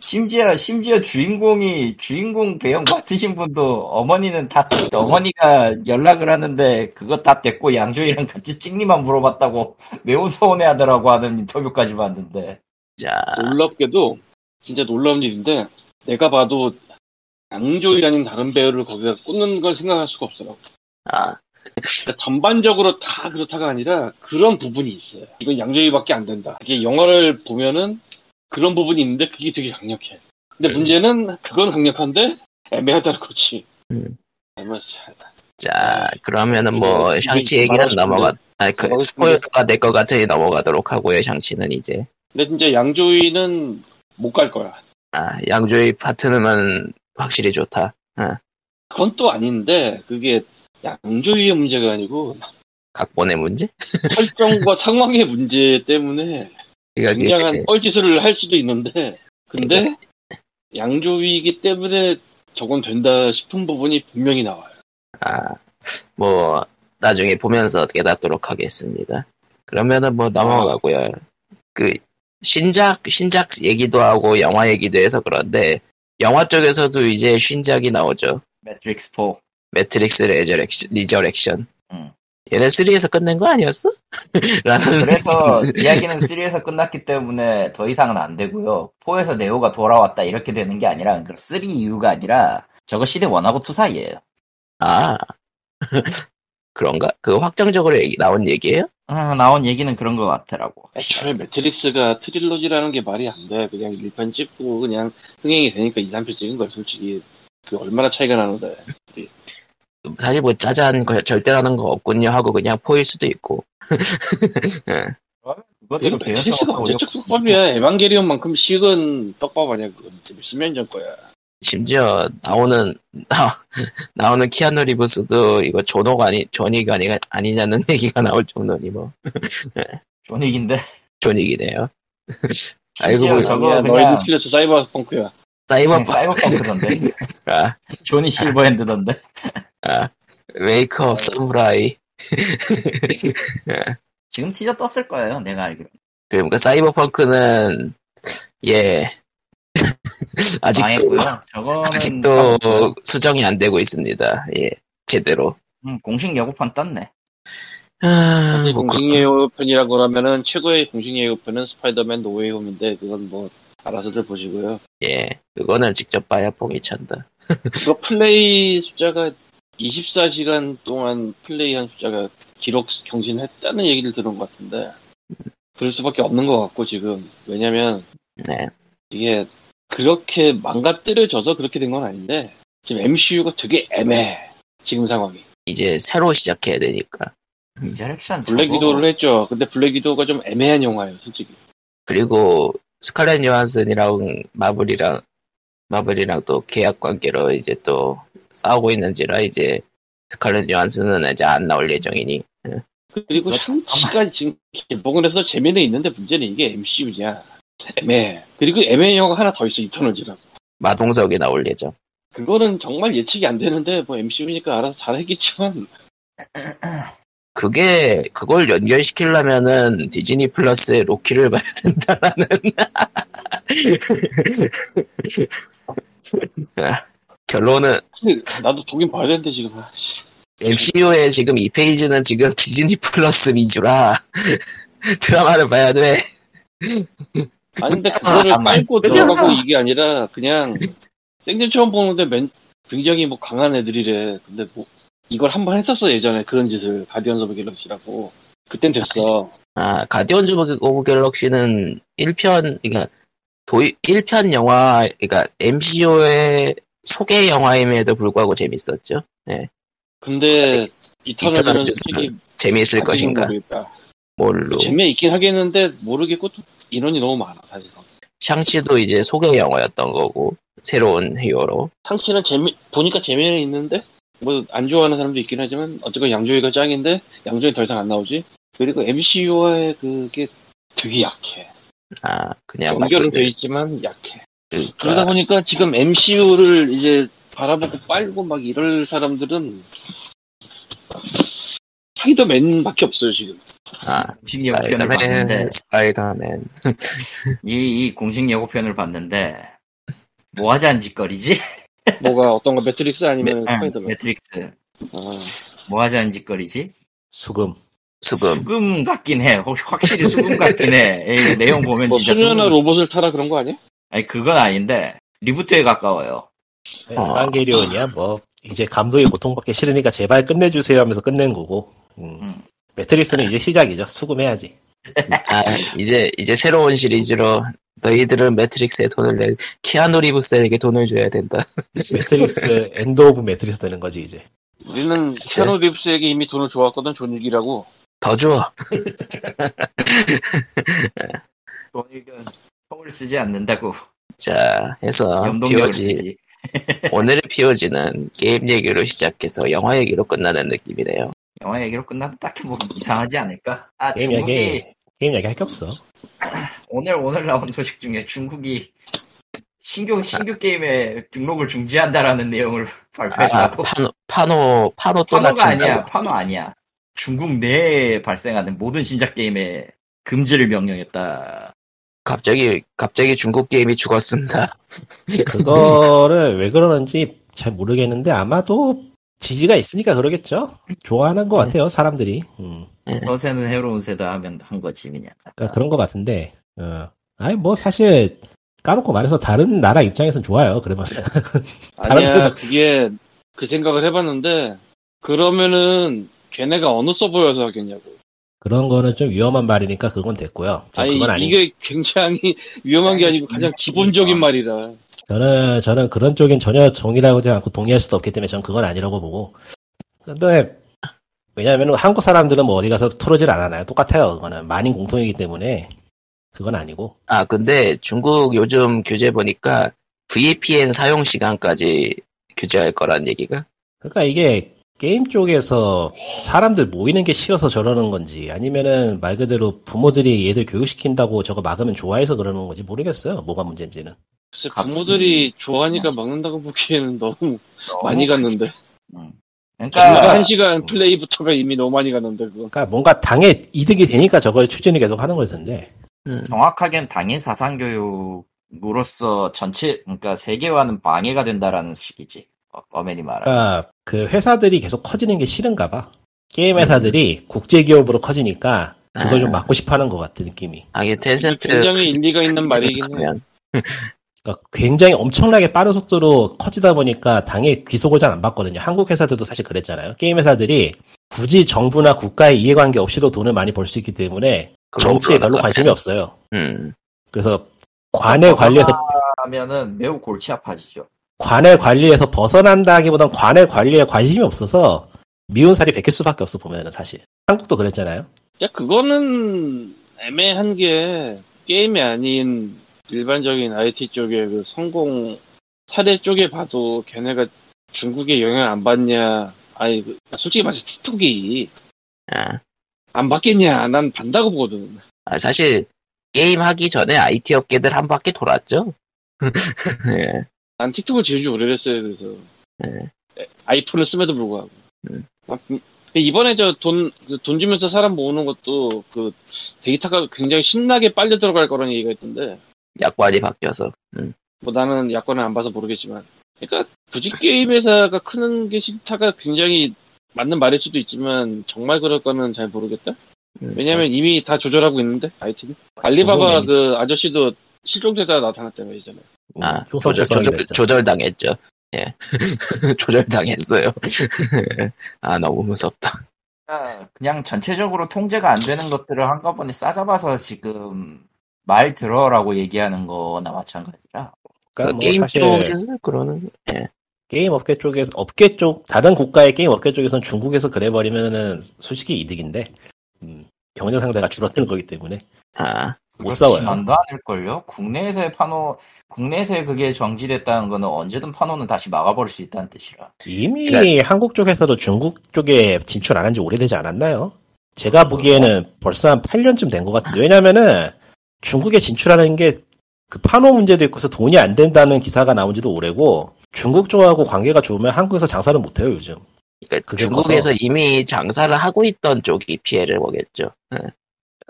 Speaker 2: 심지어 심지어 주인공이 주인공 배역 맡으신 분도 어머니는 다 어머니가 연락을 하는데 그거 다 됐고 양조이랑 같이 찍니만 물어봤다고 매우 서운해하더라고 하는 인터뷰까지 봤는데
Speaker 1: 자,
Speaker 3: 음. 놀랍게도 진짜 놀라운 일인데 내가 봐도 양조이라는 다른 배우를 거기다 꽂는 걸 생각할 수가 없어요.
Speaker 1: 아,
Speaker 3: 그러니까 전반적으로 다 그렇다가 아니라 그런 부분이 있어요. 이건 양조이밖에 안 된다. 이게 영화를 보면은 그런 부분이 있는데 그게 되게 강력해. 근데
Speaker 1: 음.
Speaker 3: 문제는 그건 강력한데 애매하다는 거지.
Speaker 1: 음.
Speaker 3: 애매하다.
Speaker 1: 자, 그러면은 뭐,
Speaker 3: 이게
Speaker 1: 샹치 얘기는
Speaker 3: 네, 말하고
Speaker 1: 넘어가, 아, 그,
Speaker 3: 말하고 싶은데.
Speaker 1: 스포일러가 될 것 같으니 넘어가도록 하고요, 샹치는 이제.
Speaker 3: 근데 진짜 양조이는 못 갈 거야.
Speaker 1: 아, 양조의 파트너만 확실히 좋다.
Speaker 3: 그건 또 아닌데 그게 양조이의 문제가 아니고
Speaker 1: 각본의 문제?
Speaker 3: 설정과 상황의 문제 때문에
Speaker 1: 그러니까 이게
Speaker 3: 굉장한 뻘짓을 할 수도 있는데 근데
Speaker 1: 그러니까-
Speaker 3: 양조위이기 때문에 저건 된다 싶은 부분이 분명히 나와요.
Speaker 1: 아, 뭐, 나중에 보면서 깨닫도록 하겠습니다. 그러면은 뭐 넘어가고요. 그, 신작, 신작 얘기도 하고 영화 얘기도 해서 그런데, 영화 쪽에서도 이제 신작이 나오죠.
Speaker 2: 매트릭스 4.
Speaker 1: 매트릭스 레저렉션, 리저렉션.
Speaker 2: 음.
Speaker 1: 얘네 3에서 끝낸 거 아니었어? 라는.
Speaker 2: 그래서
Speaker 1: 네.
Speaker 2: 이야기는 3에서 끝났기 때문에 더 이상은 안 되고요. 4에서 네오가 돌아왔다 이렇게 되는 게 아니라 3 이유가 아니라 저거 시대 1하고 2 사이에요.
Speaker 1: 아. 그런가? 그거 확정적으로 얘기- 나온 얘기예요
Speaker 2: 어, 나온 얘기는 그런 것 같더라고.
Speaker 3: 애초에 매트릭스가 트릴로지라는 게 말이 안 돼. 그냥 1편 찍고 그냥 흥행이 되니까 2, 3편 찍은 거야. 솔직히 그 얼마나 차이가 나는데.
Speaker 1: 사실 뭐 짜잔, 거- 절대라는 거 없군요 하고 그냥 포일 수도 있고.
Speaker 2: 그것도
Speaker 3: 이거
Speaker 2: 배연성을
Speaker 3: 매트릭스가
Speaker 2: 더 올려-
Speaker 3: 언제적 떡밥이야. 에반게리온만큼 식은 떡밥 아니야. 그건 지금 몇십년 전 거야.
Speaker 1: 심지어 나오는 나, 나오는 키아누 리브스도 이거 존호가 아니 존이가 아니, 아니냐는 얘기가 나올 정도니 뭐
Speaker 2: 존윅인데
Speaker 1: 존이기네요. 알고
Speaker 2: 심지어
Speaker 1: 보니
Speaker 2: 저거
Speaker 3: 아니야,
Speaker 2: 그냥
Speaker 3: 너희들 틀렸어. 사이버펑크야.
Speaker 1: 사이버
Speaker 2: 그냥 사이버펑크던데
Speaker 1: 아,
Speaker 2: 존이 실버핸드던데
Speaker 1: 아 메이크업 사무라이
Speaker 2: 지금 티저 떴을 거예요 내가 알기로
Speaker 1: 그러니까 사이버펑크는 예 아직도
Speaker 2: 망했고요 저거는
Speaker 1: 아직도 수정이 안 되고 있습니다. 예 제대로.
Speaker 2: 음, 공식 예고판 떴네
Speaker 1: 아, 뭐
Speaker 3: 공식 예고편이라고 하면은 최고의 공식 예고편은 스파이더맨 노웨이홈인데 그건 뭐 알아서들 보시고요.
Speaker 1: 예 그거는 직접 봐야 봉이 찬다.
Speaker 3: 그거 플레이 숫자가 24시간 동안 플레이한 숫자가 기록 경신했다는 얘기를 들은 것 같은데 그럴 수밖에 없는 것 같고 지금 왜냐면
Speaker 1: 네
Speaker 3: 이게 그렇게 망가뜨려 져서 그렇게 된 건 아닌데 지금 MCU가 되게 애매해 지금 상황이
Speaker 1: 이제 새로 시작해야 되니까.
Speaker 2: 리저렉션
Speaker 3: 블랙
Speaker 2: 저거
Speaker 3: 위도우를 했죠 근데 블랙 위도우가 좀 애매한 영화예요 솔직히
Speaker 1: 그리고 스칼렛 요한슨이랑 마블이랑 마블이랑 또 계약 관계로 이제 또 싸우고 있는지라 이제 스칼렛 요한슨은 이제 안 나올 예정이니
Speaker 3: 그리고
Speaker 2: 그렇죠.
Speaker 3: 샹치가 지금 개봉을 해서 재미는 있는데 문제는 이게 MCU냐 애매해 그리고 애매한 영화가 하나 더 있어 이터널즈라고
Speaker 1: 마동석이 나올 예정.
Speaker 3: 그거는 정말 예측이 안 되는데 뭐 MCU니까 알아서 잘 했겠지만
Speaker 1: 그게 그걸 연결시키려면은 디즈니 플러스에 로키를 봐야 된다라는 아, 결론은
Speaker 3: 나도 보긴 봐야 되는데 지금
Speaker 1: MCU의 지금 이 페이지는 지금 디즈니 플러스 위주라 드라마를 봐야 돼.
Speaker 3: 아니 근데 그거를
Speaker 2: 아, 맞-
Speaker 3: 깔고 들어가고 이게 아니라 그냥 생전 처음 보는데 맨- 굉장히 뭐 강한 애들이래 근데 뭐 이걸 한 번 했었어 예전에 그런 짓을 가디언즈 오브 갤럭시라고 그땐 됐어
Speaker 1: 아, 가디언즈 오브 갤럭시는 1편, 그러니까 도입, 1편 영화, 그러니까 MCO의 소개 영화임에도 불구하고 재밌었죠.
Speaker 3: 근데 이터널은
Speaker 1: 이터널즈
Speaker 3: 솔직히
Speaker 1: 재미있을
Speaker 3: 아직은
Speaker 1: 것인가?
Speaker 3: 모르겠다.
Speaker 1: 뭘로.
Speaker 3: 재미있긴 하겠는데 모르겠고 또 인원이 너무 많아 사실
Speaker 1: 샹치도 이제 소개 영화였던 거고, 새로운 히어로.
Speaker 3: 상치는 재미 보니까 재미는 있는데 뭐 안 좋아하는 사람도 있긴 하지만 어쨌건 양조위가 짱인데 양조위 더 이상 안 나오지 그리고 MCU와의 그게 되게 약해
Speaker 1: 아, 그냥 막
Speaker 3: 연결은
Speaker 1: 그-
Speaker 3: 돼 있지만 약해
Speaker 1: 그러니까
Speaker 3: 그러다 보니까 지금 MCU를 이제 바라보고 빨고 막 이럴 사람들은 사이더맨밖에 없어요 지금
Speaker 1: 아,
Speaker 2: 공식 예고편을 봤는데
Speaker 1: 스파이더맨, 스파이더맨.
Speaker 2: 이, 이 공식 예고편을 봤는데 뭐 하자는 짓거리지?
Speaker 3: 뭐가 어떤 거 매트릭스 아니면
Speaker 2: 응,
Speaker 3: 스파이더맨
Speaker 2: 매트릭스
Speaker 3: 아,
Speaker 2: 뭐 하자는 짓거리지?
Speaker 4: 수금.
Speaker 1: 수금.
Speaker 2: 수금 같긴 해. 혹시 확실히 수금 같긴 해. 예, 내용 보면
Speaker 3: 뭐
Speaker 2: 진짜
Speaker 3: 수면화
Speaker 2: 수금.
Speaker 3: 로봇을 타라 그런 거 아니야?
Speaker 2: 아니 그건 아닌데 리부트에 가까워요.
Speaker 4: 에반게리온이야 네, 뭐 이제 감독이 고통받기 싫으니까 제발 끝내주세요 하면서 끝낸 거고 음.
Speaker 2: 음.
Speaker 4: 매트릭스는 이제 시작이죠 수금해야지
Speaker 1: 아, 이제, 이제 새로운 시리즈로 너희들은 매트릭스에 돈을 내, 키아누 리브스에게 돈을 줘야 된다.
Speaker 4: 매트릭스 엔드 오브 매트릭스 되는 거지 이제
Speaker 3: 우리는 캐노 립스에게 이미 돈을 줘왔거든 존윅이라고
Speaker 1: 더 줘.
Speaker 2: 돈이건 총을 쓰지 않는다고
Speaker 1: 자, 해서,
Speaker 2: 염동력을
Speaker 1: POG,
Speaker 2: 쓰지.
Speaker 1: 오늘의 POG는 게임 얘기로 시작해서 영화 얘기로 끝나는 느낌이네요.
Speaker 2: 영화 얘기로 끝나도 딱히 뭐 이상하지 않을까? 아
Speaker 4: 게임
Speaker 2: 중국이
Speaker 4: 얘기 게임 얘기 할 게 없어
Speaker 2: 오늘 오늘 나온 소식 중에 중국이 신규 신규 게임에 등록을 중지한다라는 내용을
Speaker 1: 아,
Speaker 2: 발표했다고.
Speaker 1: 파노, 파노, 파노 또
Speaker 2: 파노가 아니야.
Speaker 1: 낮춘다고.
Speaker 2: 파노 아니야. 중국 내에 발생하는 모든 신작 게임에 금지를 명령했다.
Speaker 1: 갑자기, 갑자기 중국 게임이 죽었습니다.
Speaker 4: 그거를 왜 그러는지 잘 모르겠는데 아마도 지지가 있으니까 그러겠죠 좋아하는 것 같아요 사람들이 음.
Speaker 2: 서세는 해로운 세다 하면 한 거지 그냥.
Speaker 4: 그러니까 그런 것 같은데 어. 아니 뭐 사실 까놓고 말해서 다른 나라 입장에선 좋아요 그러면
Speaker 3: 네.
Speaker 4: 다른
Speaker 3: 아니야
Speaker 4: 사람-
Speaker 3: 그게 그 생각을 해봤는데 그러면은 걔네가 어느 서버여서 하겠냐고
Speaker 4: 그런 거는 좀 위험한 말이니까 그건 됐고요 지금
Speaker 3: 아니
Speaker 4: 그건 아니
Speaker 3: 이게 굉장히 위험한 게 아니고 가장 기본적인 말이라
Speaker 4: 저는 저는 그런 쪽엔 전혀 정의라고 하지 않고 동의할 수도 없기 때문에 저는 그건 아니라고 보고 근데 왜냐하면 한국 사람들은 뭐 어디 가서 토로질 안 하나요 똑같아요 그거는 만인 공통이기 때문에 그건 아니고
Speaker 1: 아, 근데 중국 요즘 규제 보니까 VPN 사용 시간까지 규제할 거란 얘기가?
Speaker 4: 그러니까 이게 게임 쪽에서 사람들 모이는 게 싫어서 저러는 건지 아니면은 말 그대로 부모들이 얘들 교육시킨다고 저거 막으면 좋아해서 그러는 건지 모르겠어요 뭐가 문제인지는
Speaker 3: 글쎄
Speaker 2: 가-
Speaker 3: 부모들이 좋아하니까
Speaker 2: 맞아.
Speaker 3: 막는다고 보기에는 너무
Speaker 2: 너무
Speaker 3: 많이 갔는데
Speaker 2: 음.
Speaker 3: 그러니까
Speaker 2: 그러니까
Speaker 3: 한 시간 플레이부터가 이미 너무 많이 갔는데 그건
Speaker 4: 그러니까 뭔가 당에 이득이 되니까 저걸 추진을 계속 하는 걸 텐데
Speaker 1: 음.
Speaker 2: 정확하겐 당인 사상 교육으로서 전체 그러니까 세계화는 방해가 된다라는 식이지. 어, 어맨이 말하.
Speaker 4: 그러니까 그 회사들이 계속 커지는 게 싫은가 봐. 게임 회사들이 국제 기업으로 커지니까 그걸 좀 막고 싶어하는 것 같은 느낌이.
Speaker 1: 하긴 텐센트
Speaker 3: 굉장히 일리가 있는 말이긴 해
Speaker 1: 하면
Speaker 4: 그러니까 굉장히 엄청나게 빠른 속도로 커지다 보니까 당의 귀속을 잘 안 받거든요. 한국 회사들도 사실 그랬잖아요. 게임 회사들이 굳이 정부나 국가의 이해관계 없이도 돈을 많이 벌 수 있기 때문에
Speaker 1: 그렇죠.
Speaker 4: 정치에 별로 관심이 없어요.
Speaker 1: 음.
Speaker 4: 그래서 관의
Speaker 1: 그렇죠.
Speaker 4: 관리에서
Speaker 2: 하면은 매우 골치 아파지죠.
Speaker 4: 관의 관리에서 벗어난다기보단 관의 관리에 관심이 없어서 미운살이 베낄 수밖에 없어 보면은 사실 한국도 그랬잖아요.
Speaker 3: 야 그러니까 그거는 애매한 게 게임이 아닌 일반적인 IT 쪽의 그 성공 사례 쪽에 봐도 걔네가 중국에 영향 안 받냐 아니 그- 솔직히 말해서 틱톡이
Speaker 1: 아.
Speaker 3: 안 받겠냐 난 반다고 보거든
Speaker 1: 아, 사실 게임 하기 전에 IT 업계들 한 바퀴 돌았죠. 예.
Speaker 3: 난 틱톡을 지은 지 오래됐어요 그래서
Speaker 1: 네.
Speaker 3: 에, 아이폰을 쓰에도 불구하고
Speaker 1: 음.
Speaker 3: 아, 음, 이번에 저 돈그 돈 주면서 사람 모으는 것도 그 데이터가 굉장히 신나게 빨려 들어갈 거라는 얘기가 있던데
Speaker 1: 약관이 바뀌어서. 음.
Speaker 3: 뭐 나는 약관을 안 봐서 모르겠지만. 그러니까 굳이 게임 회사가 크는 게 싫다가 굉장히 맞는 말일 수도 있지만 정말 그럴 거는 잘 모르겠다.
Speaker 1: 음.
Speaker 3: 왜냐면 이미 다 조절하고 있는데 IT는.
Speaker 4: 중국
Speaker 3: 알리바바
Speaker 4: 매니-
Speaker 3: 그 아저씨도 실종되다 나타났다며 이전에.
Speaker 1: 아,
Speaker 4: 음,
Speaker 1: 조절,
Speaker 4: 조선
Speaker 1: 조절,
Speaker 4: 조선이랬죠.
Speaker 1: 조절당했죠. 예. 조절당했어요. 아, 너무 무섭다.
Speaker 2: 그러니까 그냥 전체적으로 통제가 안 되는 것들을 한꺼번에 싸잡아서 지금 말 들어라고 얘기하는 거나 마찬가지라.
Speaker 4: 그러니까 뭐
Speaker 1: 게임
Speaker 4: 사실
Speaker 1: 쪽에서 그러는, 예.
Speaker 4: 게임 업계 쪽에서 업계 쪽 다른 국가의 게임 업계 쪽에선 중국에서 그래버리면은 솔직히 이득인데 음, 경쟁 상대가 줄어드는 거기 때문에
Speaker 1: 아,
Speaker 4: 못 싸워요.
Speaker 2: 안도 않을걸요? 국내에서의 파노, 국내에서의 그게 정지됐다는 거는 언제든 파노는 다시 막아버릴 수 있다는 뜻이라.
Speaker 4: 이미
Speaker 1: 그러니까-
Speaker 4: 한국 쪽에서도 중국 쪽에 진출 안 한 지 오래되지 않았나요? 제가 보기에는 벌써 한 8년쯤 된 것 같아요. 왜냐면은 중국에 진출하는 게 그 파노 문제도 있고 해서 돈이 안 된다는 기사가 나온 지도 오래고 중국 쪽하고 관계가 좋으면 한국에서 장사를 못해요, 요즘.
Speaker 1: 그러니까
Speaker 4: 그게
Speaker 1: 중국에서 이미 장사를 하고 있던 쪽이 피해를 보겠죠. 예.
Speaker 4: 그러니까,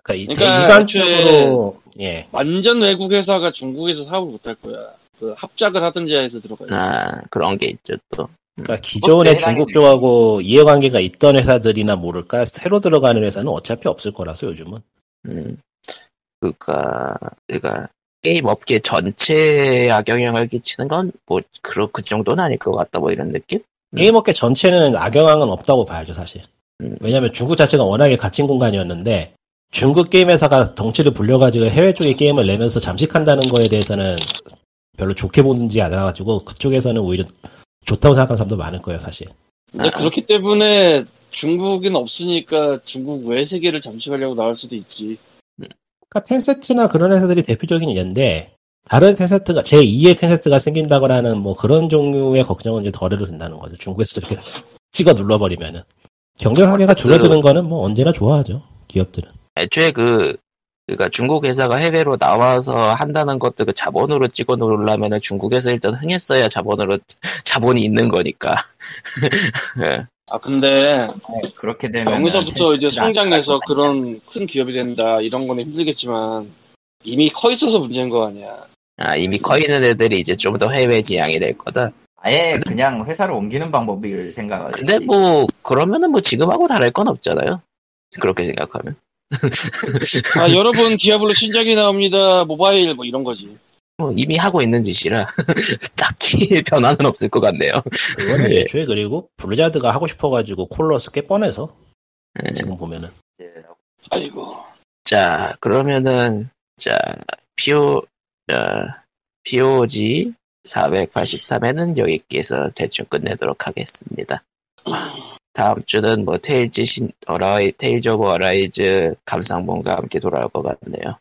Speaker 3: 그러니까
Speaker 4: 이 일반적으로, 예.
Speaker 3: 완전 외국 회사가 중국에서 사업을 못할 거야. 그 합작을 하든지 해서 들어가야 돼.
Speaker 1: 아, 그런 아, 게 있죠, 또.
Speaker 4: 그러니까 기존에
Speaker 2: 그것도
Speaker 4: 중국
Speaker 2: 대단히
Speaker 4: 쪽하고 이해관계가 있던 회사들이나 모를까 새로 들어가는 회사는 어차피 없을 거라서 요즘은
Speaker 1: 음, 그니까, 그니까, 게임 업계 전체에 악영향을 끼치는 건, 뭐, 그, 그 정도는 아닐 것 같다, 뭐, 이런 느낌? 음.
Speaker 4: 게임업계 전체는 악영향은 없다고 봐야죠 사실
Speaker 1: 음.
Speaker 4: 왜냐하면 중국 자체가 워낙에 갇힌 공간이었는데 중국 게임 회사가 덩치를 불려가지고 해외 쪽에 게임을 내면서 잠식한다는 거에 대해서는 별로 좋게 보는지 않아가지고 그쪽에서는 오히려 좋다고 생각하는 사람도 많을 거예요 사실
Speaker 3: 근데
Speaker 1: 아.
Speaker 3: 네, 그렇기 때문에 중국은 없으니까 중국 외 세계를 잠식하려고 나올 수도 있지.
Speaker 4: 그러니까 텐센트나 그런 회사들이 대표적인 예인데 다른 텐센트가 제2의 텐센트가 생긴다거나 하는 뭐 그런 종류의 걱정은 이제 덜해도 된다는 거죠. 중국에서 저렇게 찍어 눌러버리면은 경제 상대가 줄어드는 거는 뭐 언제나 좋아하죠. 기업들은.
Speaker 1: 애초에 그, 그니까 중국 회사가 해외로 나와서 한다는 것도 그 자본으로 찍어 놓으려면은 중국에서 일단 흥했어야 자본으로, 자본이 있는 거니까. 예.
Speaker 3: 아 근데
Speaker 2: 네, 그렇게 되면
Speaker 3: 여기서부터 이제 아, 성장해서 그런 큰 기업이 된다 이런 거는 힘들겠지만 이미 커 있어서 문제인 거 아니야.
Speaker 1: 아, 이미 커 있는 애들이 이제 좀 더 해외 지향이 될 거다.
Speaker 2: 아예 그냥 회사를 옮기는 방법을 생각하지.
Speaker 1: 근데 뭐, 그러면은 뭐 지금하고 다를 건 없잖아요. 그렇게 생각하면.
Speaker 3: 아 여러분 디아블로 신작이 나옵니다 모바일 뭐 이런 거지.
Speaker 1: 뭐 이미 하고 있는 짓이라 딱히 변화는 없을 것 같네요.
Speaker 4: 그거는
Speaker 1: 예.
Speaker 4: 애초에 그리고 블리자드가 하고 싶어가지고 콜러스 꽤 뻔해서
Speaker 1: 예.
Speaker 4: 지금 보면은
Speaker 2: 이제
Speaker 3: 아이고
Speaker 1: 자, 그러면은 자, PO 자, POG 483회는 여기서 대충 끝내도록 하겠습니다. 다음 주는 뭐 테일즈 신 어라이 테일즈 오브 어라이즈 감상본과 함께 돌아올 것 같네요.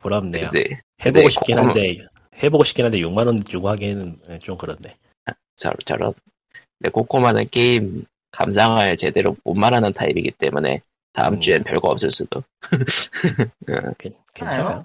Speaker 4: 부럽네요.
Speaker 1: 네.
Speaker 4: 해보고
Speaker 1: 근데
Speaker 4: 싶긴
Speaker 1: 코코는-
Speaker 4: 한데 해보고 싶긴 한데 6만 원 주고 하기에는 좀 그렇네.
Speaker 1: 저런 근데 코코마는 게임 감상을 제대로 못 말하는 타입이기 때문에 다음
Speaker 4: 음.
Speaker 1: 주엔 별거 없을 수도.
Speaker 4: 괜- 괜찮아요.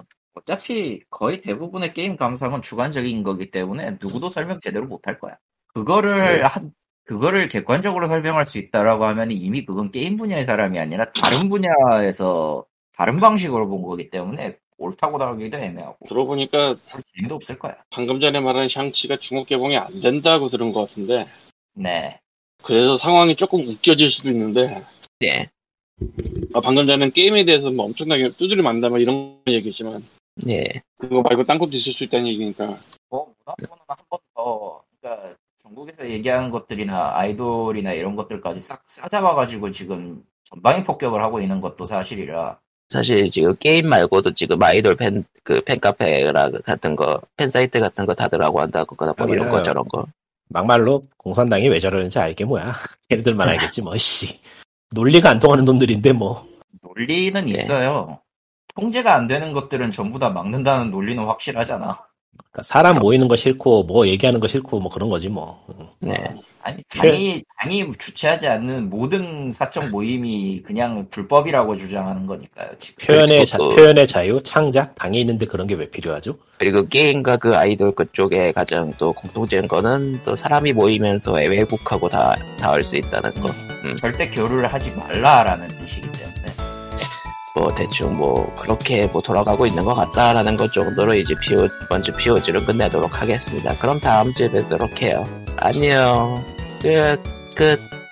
Speaker 2: 괜찮아요. 어차피 거의 대부분의 게임 감상은 주관적인 거기 때문에 누구도 설명 제대로 못할 거야. 그거를
Speaker 1: 네.
Speaker 2: 한 그거를 객관적으로 설명할 수 있다라고 하면 이미 그건 게임 분야의 사람이 아니라 다른 분야에서 다른 방식으로 본 거기 때문에 옳다고 나오기도 애매하고
Speaker 3: 들어보니까
Speaker 2: 별 재미도 없을 거야.
Speaker 3: 방금 전에 말한 샹치가 중국 개봉이 안 된다고 들은 것 같은데
Speaker 2: 네.
Speaker 3: 그래서 상황이 조금 웃겨질 수도 있는데
Speaker 1: 네,
Speaker 3: 아, 방금 전에 게임에 대해서 뭐 엄청나게 두드려 만다 뭐 이런 얘기지만
Speaker 1: 네.
Speaker 3: 그거 말고 딴 것도 있을 수 있다는 얘기니까
Speaker 2: 뭐 문화권은 한 번 더 그러니까 중국에서 얘기하는 것들이나 아이돌이나 이런 것들까지 싹 싸잡아가지고 지금 전방위 폭격을 하고 있는 것도 사실이라
Speaker 1: 사실 지금 게임 말고도 지금 아이돌 팬, 그 팬카페라 같은 거, 팬사이트 같은 거 다들 하고 한다고, 그뭐 이런
Speaker 4: 맞아요.
Speaker 1: 거 저런 거.
Speaker 4: 막말로 공산당이 왜 저러는지 알게 뭐야. 걔네들만 알겠지 뭐 씨. 논리가 안 통하는 놈들인데 뭐.
Speaker 2: 논리는
Speaker 1: 예.
Speaker 2: 있어요. 통제가 안 되는 것들은 전부 다 막는다는 논리는 확실하잖아.
Speaker 4: 그러니까 사람 모이는 거 싫고 뭐 얘기하는 거 싫고 뭐 그런 거지 뭐. 응.
Speaker 1: 네.
Speaker 2: 아니 당이 당이 주최하지 않는 모든 사적 모임이 그냥 불법이라고 주장하는 거니까요. 지금
Speaker 4: 표현의 자,
Speaker 1: 그것도-
Speaker 4: 표현의 자유, 창작, 당이 있는데 그런 게 왜 필요하죠?
Speaker 1: 그리고 게임과 그 아이돌 그쪽에 가장 또 공통된 거는 또 사람이 모이면서 애외국하고 다, 닿을 수 있다는 거.
Speaker 2: 절대 교류를 하지 말라라는 뜻이기 때문에
Speaker 1: 뭐 대충 뭐 그렇게 뭐 돌아가고 있는 것 같다라는 것 정도로 이제 피오, 먼저 피오지로 끝내도록 하겠습니다. 그럼 다음 주에 뵙도록 해요. 안녕. 끝, 끝.